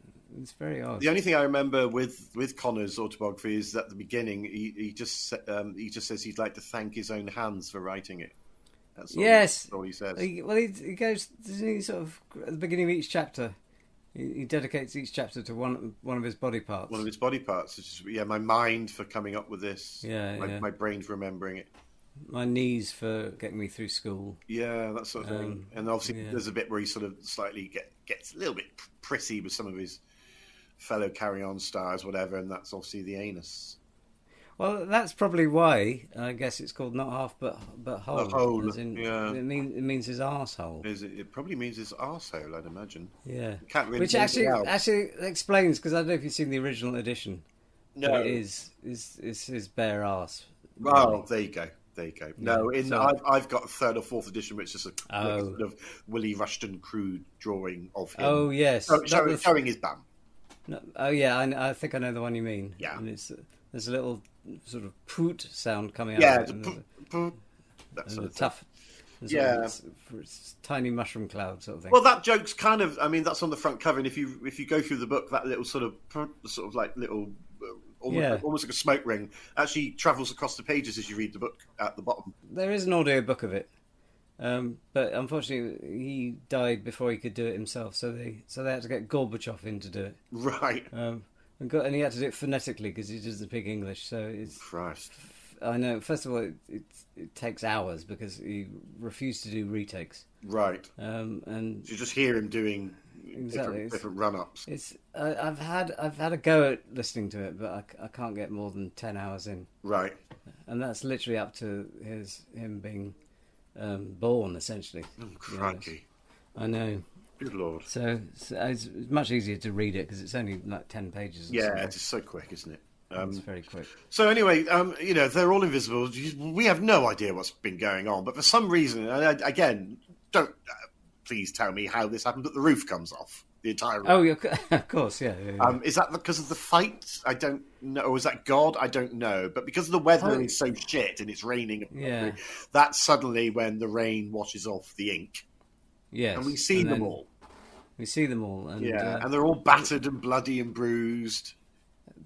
Speaker 1: It's very odd.
Speaker 2: The only thing I remember with with Connor's autobiography is at the beginning he, he just sa- um, he just says he'd like to thank his own hands for writing it. That's all,
Speaker 1: Yes.
Speaker 2: that's all he says.
Speaker 1: He, well, he, he goes doesn't he sort of at the beginning of each chapter. He, he dedicates each chapter to one one of his body parts.
Speaker 2: One of his body parts, which is yeah, my mind for coming up with this.
Speaker 1: Yeah,
Speaker 2: my,
Speaker 1: yeah.
Speaker 2: my brain for remembering it.
Speaker 1: my knees for getting me through school.
Speaker 2: Yeah, that sort of thing.
Speaker 1: Um,
Speaker 2: And obviously,
Speaker 1: yeah.
Speaker 2: there's a bit where he sort of slightly get, gets a little bit prissy with some of his fellow carry-on stars, whatever, and that's obviously the anus.
Speaker 1: Well, that's probably why I guess it's called not half but but whole.
Speaker 2: The whole,
Speaker 1: as in-
Speaker 2: yeah.
Speaker 1: It means it means his asshole.
Speaker 2: Is It, it probably means his arsehole, I'd imagine.
Speaker 1: Yeah.
Speaker 2: Can't really
Speaker 1: Which
Speaker 2: make it
Speaker 1: actually
Speaker 2: out.
Speaker 1: actually explains because I don't know if you've seen the original edition. but
Speaker 2: No.
Speaker 1: It is is is his bare ass.
Speaker 2: Well, there you go. There you go. No, in
Speaker 1: so-
Speaker 2: I've, I've got a third or fourth edition, which is a quick
Speaker 1: Oh.
Speaker 2: sort of Willie Rushton crude drawing of him.
Speaker 1: Oh yes.
Speaker 2: Show-
Speaker 1: That
Speaker 2: showing,
Speaker 1: was-
Speaker 2: showing his bum.
Speaker 1: no, oh yeah. I, I think I know the one you mean.
Speaker 2: Yeah.
Speaker 1: And it's there's a little sort of poot sound coming
Speaker 2: Yeah,
Speaker 1: out. of it,
Speaker 2: it's a
Speaker 1: and
Speaker 2: p-
Speaker 1: there's a-
Speaker 2: p- that
Speaker 1: there's
Speaker 2: sort
Speaker 1: a
Speaker 2: of thing.
Speaker 1: tough. there's a-
Speaker 2: Yeah.
Speaker 1: it's- it's tiny mushroom cloud sort of thing.
Speaker 2: Well, that joke's kind of. I mean, that's on the front cover, and if you if you go through the book, that little sort of pr- sort of like little. uh, Almost,
Speaker 1: Yeah.
Speaker 2: almost like a smoke ring actually travels across the pages as you read the book at the bottom.
Speaker 1: There is an audio book of it, um, but unfortunately he died before he could do it himself. So they so they had to get Gorbachev in to do it,
Speaker 2: Right.
Speaker 1: um, and, got, and he had to do it phonetically because he doesn't speak English. So it's
Speaker 2: Christ.
Speaker 1: I know first of all it, it, it takes hours because he refused to do retakes,
Speaker 2: Right.
Speaker 1: um, and
Speaker 2: You just hear him doing
Speaker 1: Exactly,
Speaker 2: different,
Speaker 1: it's-
Speaker 2: different run ups.
Speaker 1: it's I, I've had I've had a go at listening to it, but I, c- I can't get more than ten hours in,
Speaker 2: Right.
Speaker 1: and that's literally up to his him being um, born essentially.
Speaker 2: Oh, Crikey.
Speaker 1: I know.
Speaker 2: Good lord.
Speaker 1: So, so it's it's much easier to read it because it's only like 10 pages. or
Speaker 2: Yeah,
Speaker 1: something.
Speaker 2: it's so quick, isn't it?
Speaker 1: it's
Speaker 2: Um,
Speaker 1: very quick.
Speaker 2: so anyway, um, you know they're all invisible. We have no idea what's been going on, but for some reason, and I, again, don't uh, please tell me how this happened. But the roof comes off the entire. Roof.
Speaker 1: Oh, yeah, of course, yeah. yeah, yeah.
Speaker 2: Um, is that because of the fight? I don't know. Or is that God? I don't know. But because the weather is so shit and it's raining,
Speaker 1: Yeah.
Speaker 2: that's suddenly when the rain washes off the ink,
Speaker 1: yes.
Speaker 2: and we see
Speaker 1: And
Speaker 2: them
Speaker 1: then
Speaker 2: all.
Speaker 1: We see them all. And,
Speaker 2: Yeah,
Speaker 1: uh,
Speaker 2: and they're all battered and bloody and bruised.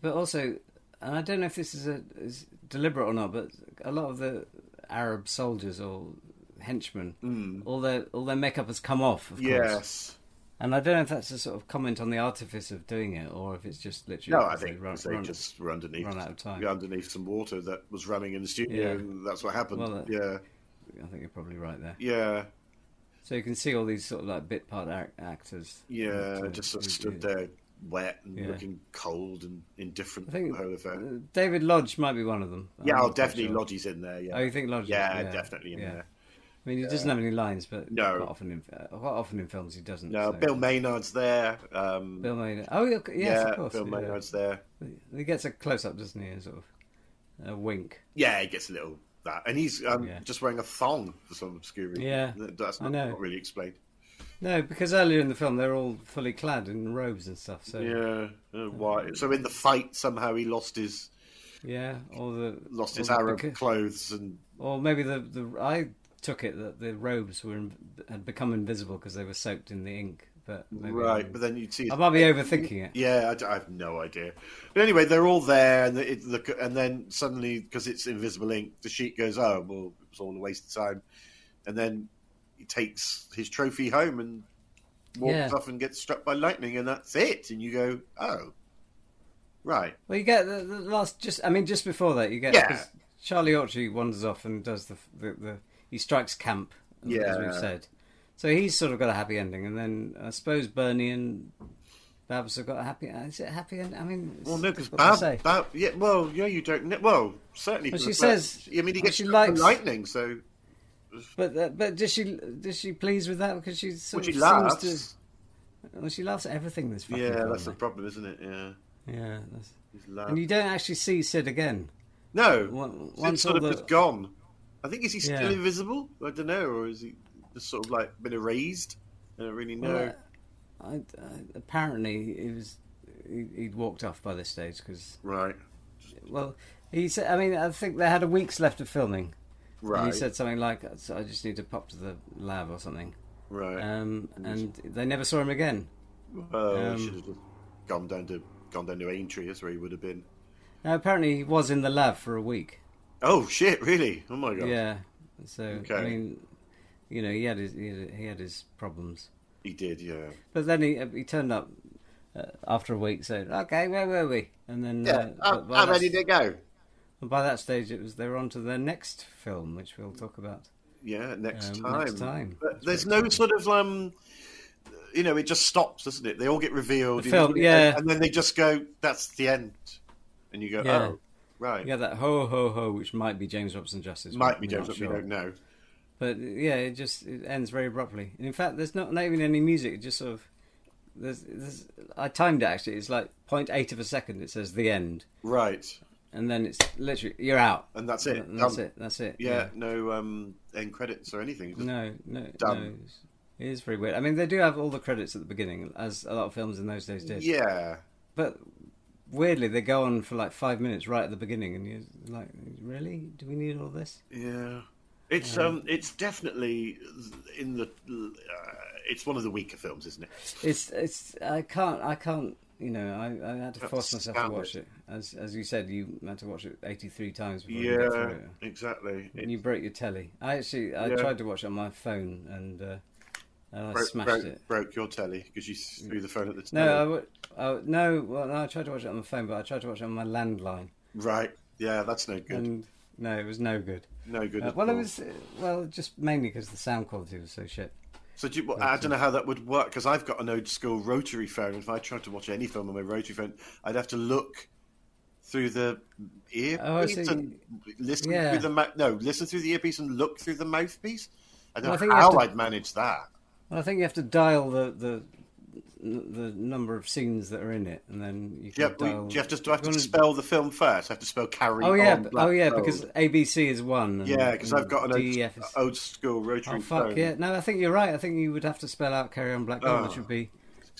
Speaker 1: but also, and I don't know if this is, a, is deliberate or not, but a lot of the Arab soldiers or henchmen, all, their, all their makeup has come off, of course.
Speaker 2: Hmm. Yes.
Speaker 1: And I don't know if that's a sort of comment on the artifice of doing it or if it's just literally.
Speaker 2: No, I
Speaker 1: because
Speaker 2: think
Speaker 1: run-
Speaker 2: they
Speaker 1: run-
Speaker 2: just were underneath,
Speaker 1: run out of time.
Speaker 2: were underneath some water that was running in the studio,
Speaker 1: Yeah.
Speaker 2: and that's what happened.
Speaker 1: Well, uh,
Speaker 2: yeah,
Speaker 1: I think you're probably right there.
Speaker 2: yeah,
Speaker 1: So you can see all these sort of like bit part ac- actors.
Speaker 2: yeah.
Speaker 1: that, uh,
Speaker 2: just sort of
Speaker 1: who
Speaker 2: stood
Speaker 1: do-
Speaker 2: there, wet and
Speaker 1: Yeah.
Speaker 2: looking cold and indifferent.
Speaker 1: I
Speaker 2: to
Speaker 1: think
Speaker 2: the whole affair.
Speaker 1: uh, David Lodge might be one of them. I'm
Speaker 2: yeah,
Speaker 1: not
Speaker 2: oh,
Speaker 1: quite
Speaker 2: definitely
Speaker 1: sure.
Speaker 2: Lodgy's in there. Yeah,
Speaker 1: Oh, you think Lodge? is-
Speaker 2: yeah, definitely in there.
Speaker 1: I mean, he doesn't have any lines, but
Speaker 2: No.
Speaker 1: quite often in uh, quite often in films he doesn't.
Speaker 2: No,
Speaker 1: so-
Speaker 2: Bill Maynard's there. Um,
Speaker 1: Bill Maynard. Oh, yeah, c- yes,
Speaker 2: yeah,
Speaker 1: of course.
Speaker 2: Bill
Speaker 1: yeah.
Speaker 2: Maynard's there.
Speaker 1: He gets a close up, doesn't he? and Sort of a wink.
Speaker 2: Yeah, he gets a little that, and he's um,
Speaker 1: Yeah.
Speaker 2: just wearing a thong for some obscure reason.
Speaker 1: Yeah,
Speaker 2: That- that's
Speaker 1: I
Speaker 2: not,
Speaker 1: know.
Speaker 2: not really explained.
Speaker 1: No, because earlier in the film they're all fully clad in robes and stuff. So yeah,
Speaker 2: Yeah, uh, why? So in the fight, somehow he lost his
Speaker 1: or the
Speaker 2: lost
Speaker 1: or
Speaker 2: his
Speaker 1: the-
Speaker 2: Arab
Speaker 1: beca-
Speaker 2: clothes and
Speaker 1: or maybe the the I took it that the robes were in- had become invisible because they were soaked in the ink. But maybe
Speaker 2: Right, but then you'd see.
Speaker 1: I might be overthinking it.
Speaker 2: Yeah, I d- I, have no idea. But anyway, they're all there, and it, the, and then suddenly, because it's invisible ink, the sheet goes, "Oh, well, it was all a waste of time." And then he takes his trophy home and walks
Speaker 1: Yeah.
Speaker 2: off and gets struck by lightning, and that's it. And you go, "Oh, right,
Speaker 1: Well, you get the, the last just. I mean, just before that, you get
Speaker 2: Yeah.
Speaker 1: 'cause Charlie Autry wanders off and does the the, the he strikes camp. as- as
Speaker 2: Yeah.
Speaker 1: we've said. So he's sort of got a happy ending, and then I suppose Bernie and Babs have got a happy. Is it a happy end? I mean, it's
Speaker 2: well, no, because
Speaker 1: difficult to
Speaker 2: Bab,
Speaker 1: say.
Speaker 2: Bab, yeah, well, yeah, you don't, know. well, certainly."
Speaker 1: Well,
Speaker 2: for
Speaker 1: she
Speaker 2: the first-
Speaker 1: says-
Speaker 2: "I mean, he
Speaker 1: well,
Speaker 2: gets
Speaker 1: she
Speaker 2: struck by
Speaker 1: likes-
Speaker 2: lightning, so
Speaker 1: but uh, but does she does she please with that because she's sort
Speaker 2: well, she
Speaker 1: of seems
Speaker 2: laughs."
Speaker 1: to Well, she laughs at everything. This fucking
Speaker 2: Yeah,
Speaker 1: film,
Speaker 2: that's the
Speaker 1: mate.
Speaker 2: problem, isn't it? Yeah.
Speaker 1: yeah. That's...
Speaker 2: He's loud.
Speaker 1: And you don't actually see Sid again.
Speaker 2: no,
Speaker 1: One-
Speaker 2: Sid's
Speaker 1: Once
Speaker 2: Uh, sort
Speaker 1: all
Speaker 2: of
Speaker 1: the
Speaker 2: just gone. I think is he still
Speaker 1: Yeah.
Speaker 2: invisible? I don't know, or is he just sort of like been erased? I don't really know.
Speaker 1: Well, uh, I, I, apparently, he was he, he'd walked off by this stage because
Speaker 2: right,
Speaker 1: well, he said. I mean, I think they had a week's left of filming.
Speaker 2: right,
Speaker 1: And he said something like, "So "I just need to pop to the lab or something,"
Speaker 2: right.
Speaker 1: um, and they never saw him again.
Speaker 2: oh,
Speaker 1: um,
Speaker 2: he should have just gone down to gone down to Aintree. That's where he would have been.
Speaker 1: Now, apparently, he was in the lab for a week.
Speaker 2: Oh shit! Really? Oh my god!
Speaker 1: Yeah, so I
Speaker 2: Okay.
Speaker 1: mean, you know, he had his he had, he had his problems,
Speaker 2: He did. Yeah.
Speaker 1: but then he he turned up. Uh, after a week, said, "Okay, where were we?" And then, uh, but by that-
Speaker 2: Ah, to go.
Speaker 1: By that stage, it was they were on to their next film, which we'll talk about.
Speaker 2: Yeah, next
Speaker 1: Um,
Speaker 2: time.
Speaker 1: next time.
Speaker 2: But there's no sort of um, you know, it just stops, doesn't it? They all get revealed.
Speaker 1: The
Speaker 2: in-
Speaker 1: film, yeah.
Speaker 2: and then they just go, "That's the end," and you go,
Speaker 1: Yeah.
Speaker 2: "Oh, right."
Speaker 1: Yeah, that ho ho ho, which might be James Robson Justice.
Speaker 2: Might be
Speaker 1: we're not
Speaker 2: James, but
Speaker 1: sure.
Speaker 2: we don't know.
Speaker 1: But yeah, it just it ends very abruptly. And in fact, there's not, not even any music. It just sort of there's, there's I timed it actually. It's like 0.8 of a second. It says the end,
Speaker 2: Right,
Speaker 1: and then it's literally you're out.
Speaker 2: and that's it.
Speaker 1: And that's
Speaker 2: Done.
Speaker 1: it. That's it.
Speaker 2: Yeah, no um, end credits or anything. Just-
Speaker 1: No, no,
Speaker 2: Done.
Speaker 1: no. It is very weird. I mean, they do have all the credits at the beginning, as a lot of films in those days did.
Speaker 2: Yeah,
Speaker 1: But weirdly, they go on for like five minutes right at the beginning, and you're like, really? Do we need all this?
Speaker 2: yeah. It's um, it's definitely in the. Uh, it's one of the weaker films, isn't it?
Speaker 1: It's it's I can't I can't you know I, I had to force myself to
Speaker 2: sound
Speaker 1: watch it as as you said you had to watch it eighty three times before you got
Speaker 2: Yeah,
Speaker 1: through it.
Speaker 2: exactly.
Speaker 1: And you broke your telly. I actually I
Speaker 2: Yeah.
Speaker 1: tried to watch it on my phone and uh, and I
Speaker 2: broke,
Speaker 1: smashed
Speaker 2: broke, Oh.
Speaker 1: it.
Speaker 2: broke your telly because you threw the phone at the telly.
Speaker 1: No, I would. I, no, well, no, I tried to watch it on the phone, but I tried to watch it on my landline,
Speaker 2: Right. Yeah, that's no good.
Speaker 1: and no, it was no good.
Speaker 2: no good.
Speaker 1: Uh,
Speaker 2: at
Speaker 1: well, it
Speaker 2: all.
Speaker 1: was uh, well, just mainly because the sound quality was so shit.
Speaker 2: So do you, well, I don't know how that would work because I've got an old school rotary phone. If I tried to watch any film on my rotary phone, I'd have to look through the
Speaker 1: Oh, I
Speaker 2: earpiece
Speaker 1: see.
Speaker 2: and listen
Speaker 1: Yeah.
Speaker 2: through the mou- no, listen through the earpiece and look through the mouthpiece. I don't
Speaker 1: Well, I think
Speaker 2: know
Speaker 1: you have
Speaker 2: how
Speaker 1: to-
Speaker 2: I'd manage that.
Speaker 1: Well, I think you have to dial the the the number of scenes that are in it, and then you
Speaker 2: Do
Speaker 1: can
Speaker 2: you have,
Speaker 1: dial.
Speaker 2: do you have to, do I have to
Speaker 1: Wanna-
Speaker 2: spell the film first? I have to spell carry
Speaker 1: Oh yeah,
Speaker 2: on.
Speaker 1: b-
Speaker 2: Black
Speaker 1: oh yeah,
Speaker 2: Gold.
Speaker 1: because ABC is one. and-
Speaker 2: yeah, because
Speaker 1: and
Speaker 2: I've got an
Speaker 1: DEF
Speaker 2: old,
Speaker 1: is.
Speaker 2: old school rotary
Speaker 1: Oh fuck
Speaker 2: phone.
Speaker 1: yeah! No, I think you're right. I think you would have to spell out "Carry On Black Gold," which
Speaker 2: Oh.
Speaker 1: would be.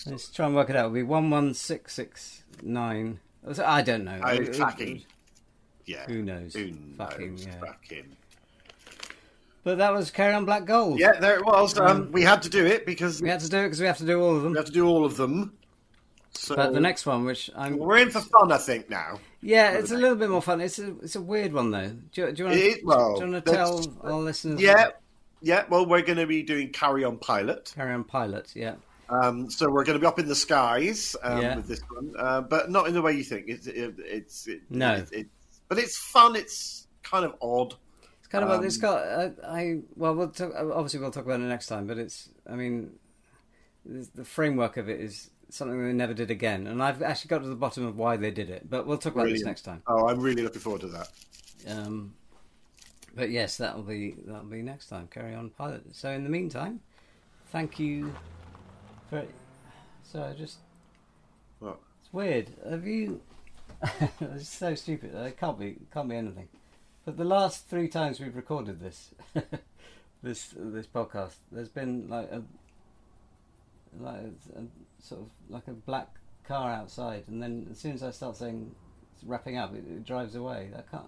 Speaker 1: Let's try and work it out. It would be one one six six nine. I don't know.
Speaker 2: Oh,
Speaker 1: It- it-
Speaker 2: tracking. Yeah.
Speaker 1: Who knows?
Speaker 2: Who
Speaker 1: Fucking
Speaker 2: knows?
Speaker 1: yeah.
Speaker 2: Tracking.
Speaker 1: But that was "Carry On Black Gold."
Speaker 2: Yeah, there it was. Um, we had to do it because
Speaker 1: We
Speaker 2: we
Speaker 1: had to do it because we have to do all of them.
Speaker 2: have to do all of them. So
Speaker 1: But the next one, which I'm
Speaker 2: we're in for fun, I think. Now
Speaker 1: Yeah, it's a little bit more fun. It's a it's a weird one though. Do you, do you want
Speaker 2: It
Speaker 1: to
Speaker 2: is- well,
Speaker 1: do you want to
Speaker 2: that's-
Speaker 1: tell our listeners?
Speaker 2: yeah, yeah. Well, we're going to be doing Carry On Pilot.
Speaker 1: Carry on, pilot. Yeah,
Speaker 2: Um, so we're going to be up in the skies um,
Speaker 1: Yeah.
Speaker 2: with this one, uh, but not in the way you think. It's it, it's it,
Speaker 1: No.
Speaker 2: it, it's- but it's fun. It's kind of odd.
Speaker 1: it's kind of
Speaker 2: Um,
Speaker 1: it's got. Uh, I well, we'll talk, obviously we'll talk about it next time. But it's I mean, the the framework of it is something they never did again, and I've actually got to the bottom of why they did it. But we'll talk about this
Speaker 2: Brilliant.
Speaker 1: next time.
Speaker 2: Oh, I'm really looking forward to that.
Speaker 1: Um, but yes, that'll be that'll be next time. Carry on, pilot. So in the meantime, thank you. For, so I just
Speaker 2: Well,
Speaker 1: It's weird. Have you? it's so stupid. It can't be. Can't be anything. But the last three times we've recorded this, this this podcast, there's been like a like a, a sort of like a black car outside, and then as soon as I start saying it's wrapping up, it, it drives away. I can't.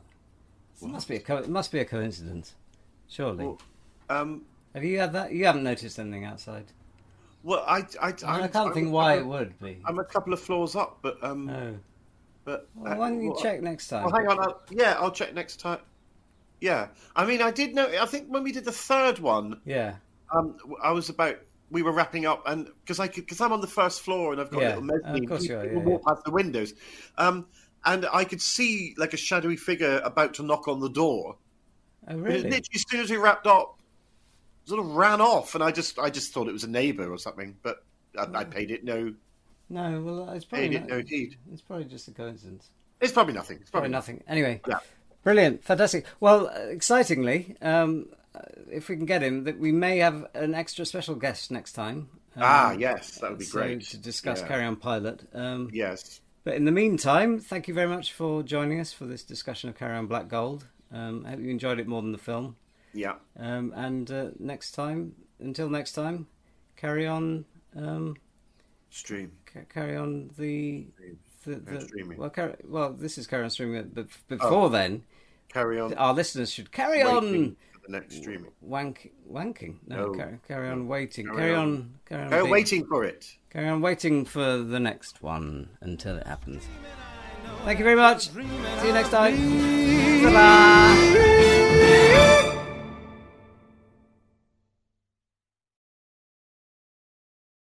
Speaker 1: It must be a co- it must be a coincidence, surely.
Speaker 2: Well, um,
Speaker 1: Have you had that? You haven't noticed anything outside.
Speaker 2: well, I I,
Speaker 1: I, mean, I
Speaker 2: I'm-
Speaker 1: can't
Speaker 2: I'm-
Speaker 1: think why it
Speaker 2: I'm-
Speaker 1: would be.
Speaker 2: I'm a couple of floors up, but um,
Speaker 1: no.
Speaker 2: but uh,
Speaker 1: Well, why don't you
Speaker 2: well, I-
Speaker 1: check next time?
Speaker 2: Well, hang on. I'll, yeah, I'll check next time. Yeah, I mean, I did know. I think when we did the third one,
Speaker 1: Yeah.
Speaker 2: um, I was about we were wrapping up, and because I could, because I'm on the first floor and I've got
Speaker 1: Yeah,
Speaker 2: a little mezzanine,
Speaker 1: of course you
Speaker 2: people
Speaker 1: are, yeah,
Speaker 2: walk past the windows, um, and I could see like a shadowy figure about to knock on the door.
Speaker 1: Oh,
Speaker 2: But it
Speaker 1: really?
Speaker 2: Literally, as soon as we wrapped up, sort of ran off, and I just, I just thought it was a neighbour or something, but I, I paid it no,
Speaker 1: No, well, uh, it's probably
Speaker 2: paid it
Speaker 1: not,
Speaker 2: no heed.
Speaker 1: it's probably just a coincidence.
Speaker 2: It's probably nothing. It's
Speaker 1: Probably
Speaker 2: probably nothing.
Speaker 1: nothing. Anyway,
Speaker 2: Yeah.
Speaker 1: brilliant, fantastic. Well, uh, excitingly, um, uh, if we can get him, that we may have an extra special guest next time.
Speaker 2: ah, yes, that would be
Speaker 1: so
Speaker 2: great
Speaker 1: to discuss
Speaker 2: Yeah.
Speaker 1: Carry On Pilot. Um,
Speaker 2: Yes,
Speaker 1: But in the meantime, thank you very much for joining us for this discussion of Carry On Black Gold. Um, I hope you enjoyed it more than the film.
Speaker 2: yeah.
Speaker 1: Um, and uh, next time, until next time, carry on. Um,
Speaker 2: Stream.
Speaker 1: ca- carry on the. the,
Speaker 2: Carry on
Speaker 1: the
Speaker 2: streaming. Oh.
Speaker 1: well, carry, well, this is carry on streaming, but bef- before then,
Speaker 2: Carry on.
Speaker 1: our listeners should carry
Speaker 2: waiting
Speaker 1: on
Speaker 2: for the next streaming.
Speaker 1: wank, wanking. No,
Speaker 2: No.
Speaker 1: Carry, carry on waiting. Carry,
Speaker 2: Carry
Speaker 1: on.
Speaker 2: on.
Speaker 1: Carry on.
Speaker 2: Oh,
Speaker 1: being-
Speaker 2: waiting for it.
Speaker 1: Carry on waiting for the next one until it happens. Thank you very much. See you next time. ta